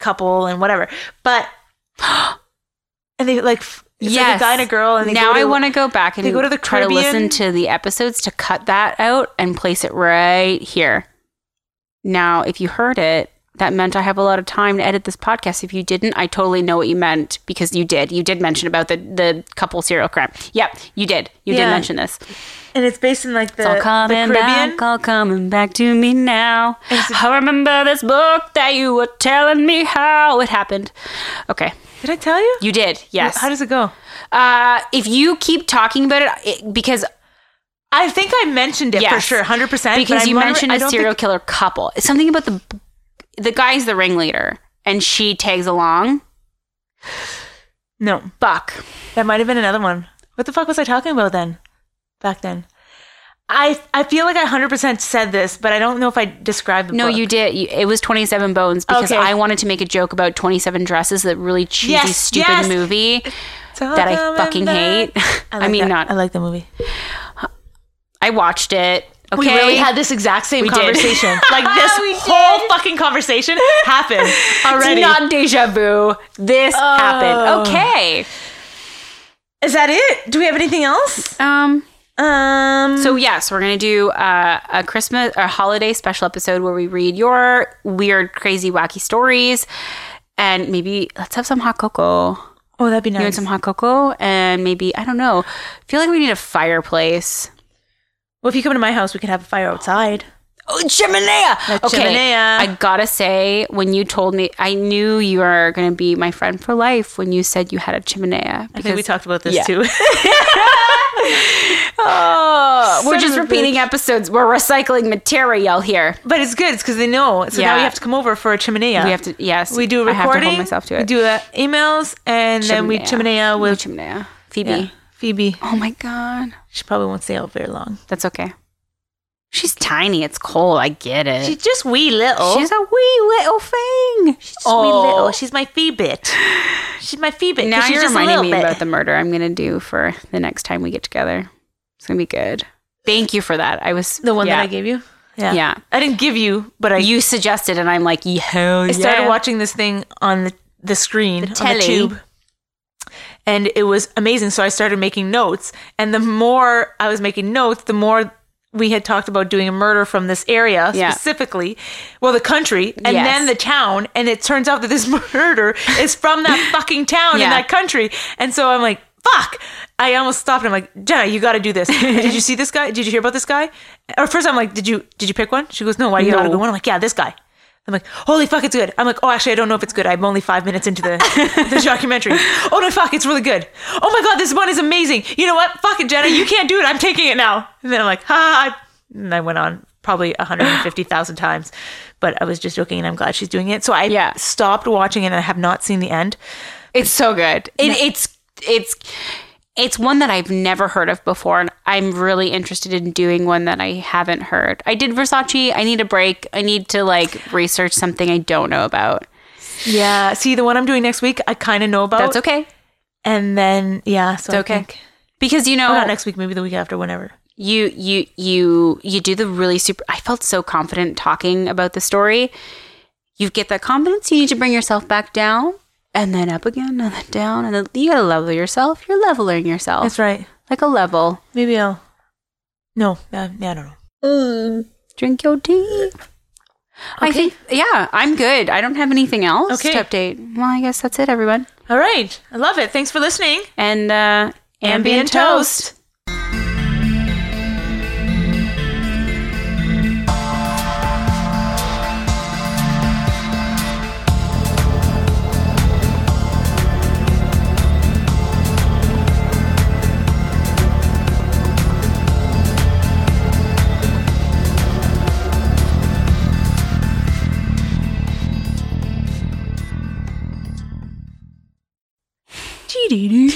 Speaker 1: couple and whatever. But and they like f- it's like a guy and a girl, and they
Speaker 2: now
Speaker 1: go
Speaker 2: I want to go back and
Speaker 1: they go to the
Speaker 2: try to listen
Speaker 1: Caribbean.
Speaker 2: to the episodes to cut that out and place it right here. Now, if you heard it, that meant I have a lot of time to edit this podcast. If you didn't, I totally know what you meant because you did. You did mention about the the couple serial crime. Yep, you did. You did
Speaker 1: Yeah.
Speaker 2: mention this.
Speaker 1: and it's based in like the,
Speaker 2: It's all
Speaker 1: the
Speaker 2: coming
Speaker 1: Caribbean.
Speaker 2: back, all coming back to me now. I remember this book that you were telling me how it happened. Okay,
Speaker 1: Did I tell you?
Speaker 2: you did. Yes.
Speaker 1: How does it go?
Speaker 2: Uh, if you keep talking about it, it because
Speaker 1: I think I mentioned it for
Speaker 2: Yes.
Speaker 1: sure, hundred percent.
Speaker 2: because you mentioned a serial killer couple. It's something about the the guy's the ringleader and she tags along.
Speaker 1: no,
Speaker 2: Buck.
Speaker 1: that might have been another one. What the fuck was I talking about then? Back then, I I feel like I hundred percent said this, but I don't know if I described the
Speaker 2: No,
Speaker 1: book.
Speaker 2: you did. You, it was Twenty Seven Bones because
Speaker 1: Okay.
Speaker 2: I wanted to make a joke about Twenty Seven Dresses, that really cheesy,
Speaker 1: Yes,
Speaker 2: stupid
Speaker 1: yes.
Speaker 2: movie
Speaker 1: It's all
Speaker 2: that I
Speaker 1: coming
Speaker 2: fucking
Speaker 1: back.
Speaker 2: hate. I,
Speaker 1: like
Speaker 2: mean,
Speaker 1: that. I
Speaker 2: not.
Speaker 1: like the movie.
Speaker 2: I watched it. Okay.
Speaker 1: We really had this exact same
Speaker 2: did.
Speaker 1: conversation. like this
Speaker 2: We did.
Speaker 1: whole fucking conversation happened already. Oh.
Speaker 2: it's not deja vu. This happened. Okay.
Speaker 1: Is that it? Do we have anything else?
Speaker 2: Um.
Speaker 1: Um.
Speaker 2: So yes, we're gonna do uh, a Christmas or holiday special episode where we read your weird, crazy, wacky stories, and maybe let's have some hot cocoa.
Speaker 1: oh, that'd be
Speaker 2: You
Speaker 1: nice.
Speaker 2: want some hot cocoa, and maybe I don't know. I feel like we need a fireplace.
Speaker 1: well, if you come to my house, we could have a fire outside.
Speaker 2: Oh, chimenea! Okay,
Speaker 1: chimenea.
Speaker 2: I gotta say, when you told me, I knew you were gonna be my friend for life when you said you had a chimenea.
Speaker 1: I think we talked about this
Speaker 2: Yeah.
Speaker 1: too.
Speaker 2: Oh, we're
Speaker 1: Son
Speaker 2: just
Speaker 1: of a
Speaker 2: repeating episodes. We're recycling material here.
Speaker 1: but it's good. It's because they know. So now
Speaker 2: Yeah.
Speaker 1: we have to come over for a chimenea.
Speaker 2: We have to yes.
Speaker 1: We do a
Speaker 2: I have
Speaker 1: recording.
Speaker 2: to hold myself to it.
Speaker 1: We do uh, emails, and then we chimenea
Speaker 2: We
Speaker 1: with
Speaker 2: chimenea. Phoebe.
Speaker 1: yeah, Phoebe.
Speaker 2: Oh my god.
Speaker 1: She probably won't stay out very long.
Speaker 2: That's okay. She's tiny. It's cold. I get it.
Speaker 1: She's just wee little.
Speaker 2: Eh. She's a wee little thing. She's just
Speaker 1: oh,
Speaker 2: wee little.
Speaker 1: She's my Phoebit. She's my Phoebit. 'cause
Speaker 2: now
Speaker 1: she's
Speaker 2: you're
Speaker 1: just a
Speaker 2: reminding
Speaker 1: little
Speaker 2: me
Speaker 1: bit.
Speaker 2: about the murder I'm gonna do for the next time we get together. It's gonna be good. Thank you for that. I was
Speaker 1: The one
Speaker 2: yeah.
Speaker 1: that I gave you? Yeah.
Speaker 2: Yeah.
Speaker 1: I didn't give you, but I,
Speaker 2: You suggested, and I'm like, yeah,
Speaker 1: I started
Speaker 2: yeah.
Speaker 1: watching this thing on the, the screen,
Speaker 2: The
Speaker 1: on
Speaker 2: telly.
Speaker 1: the tube. And it was amazing. So I started making notes. And the more I was making notes, the more we had talked about doing a murder from this area
Speaker 2: Yeah.
Speaker 1: specifically, well, the country, and
Speaker 2: Yes.
Speaker 1: then the town. And it turns out that this murder is from that fucking town
Speaker 2: Yeah.
Speaker 1: in that country. And so I'm like, fuck. I almost stopped. I'm like, Jenna, you got to do this. did you see this guy? Did you hear about this guy? Or first I'm like, did you did you pick one? She goes, no. Why you got a
Speaker 2: No.
Speaker 1: good one? I'm like, yeah, this guy. I'm like, holy fuck, it's good. I'm like, oh, actually, I don't know if it's good. I'm only five minutes into the, the documentary. Oh no, fuck, it's really good. Oh my god, this one is amazing. You know what? Fuck it, Jenna, you can't do it. I'm taking it now. And then I'm like, ha. ha. And I went on probably 150,000 times, but I was just joking, and I'm glad she's doing it. So I
Speaker 2: Yeah.
Speaker 1: stopped watching it, and I have not seen the end.
Speaker 2: It's so good. It, It's it's it's one that I've never heard of before, and I'm really interested in doing one that I haven't heard. I did Versace. I need a break. I need to like research something I don't know about.
Speaker 1: Yeah. See, the one I'm doing next week, I kind of know about.
Speaker 2: That's okay
Speaker 1: And then yeah, so
Speaker 2: It's Oh, okay. Oh. because you know
Speaker 1: Not next week, maybe the week after, whenever.
Speaker 2: you you you you do the really super. I felt so confident talking about the story. You get that confidence. You need to bring yourself back down and then up again, and then down, and then you gotta level yourself. You're leveling yourself.
Speaker 1: That's right.
Speaker 2: like a level.
Speaker 1: Maybe I'll. No, uh, yeah, I don't know.
Speaker 2: Drink your tea. I think, yeah, I'm good. I don't have anything else
Speaker 1: Okay.
Speaker 2: to update. Well, I guess that's it, everyone.
Speaker 1: All right, I love it. Thanks for listening.
Speaker 2: And uh, ambient,
Speaker 1: Ambient
Speaker 2: toast.
Speaker 1: toast.
Speaker 2: Tea,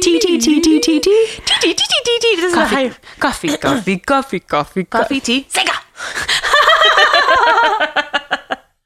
Speaker 2: tea, tea, tea, tea, tea.
Speaker 1: This is a
Speaker 2: Coffee,
Speaker 1: high-
Speaker 2: coffee, coffee, coffee, coffee, coffee.
Speaker 1: coffee tea.
Speaker 2: Sega.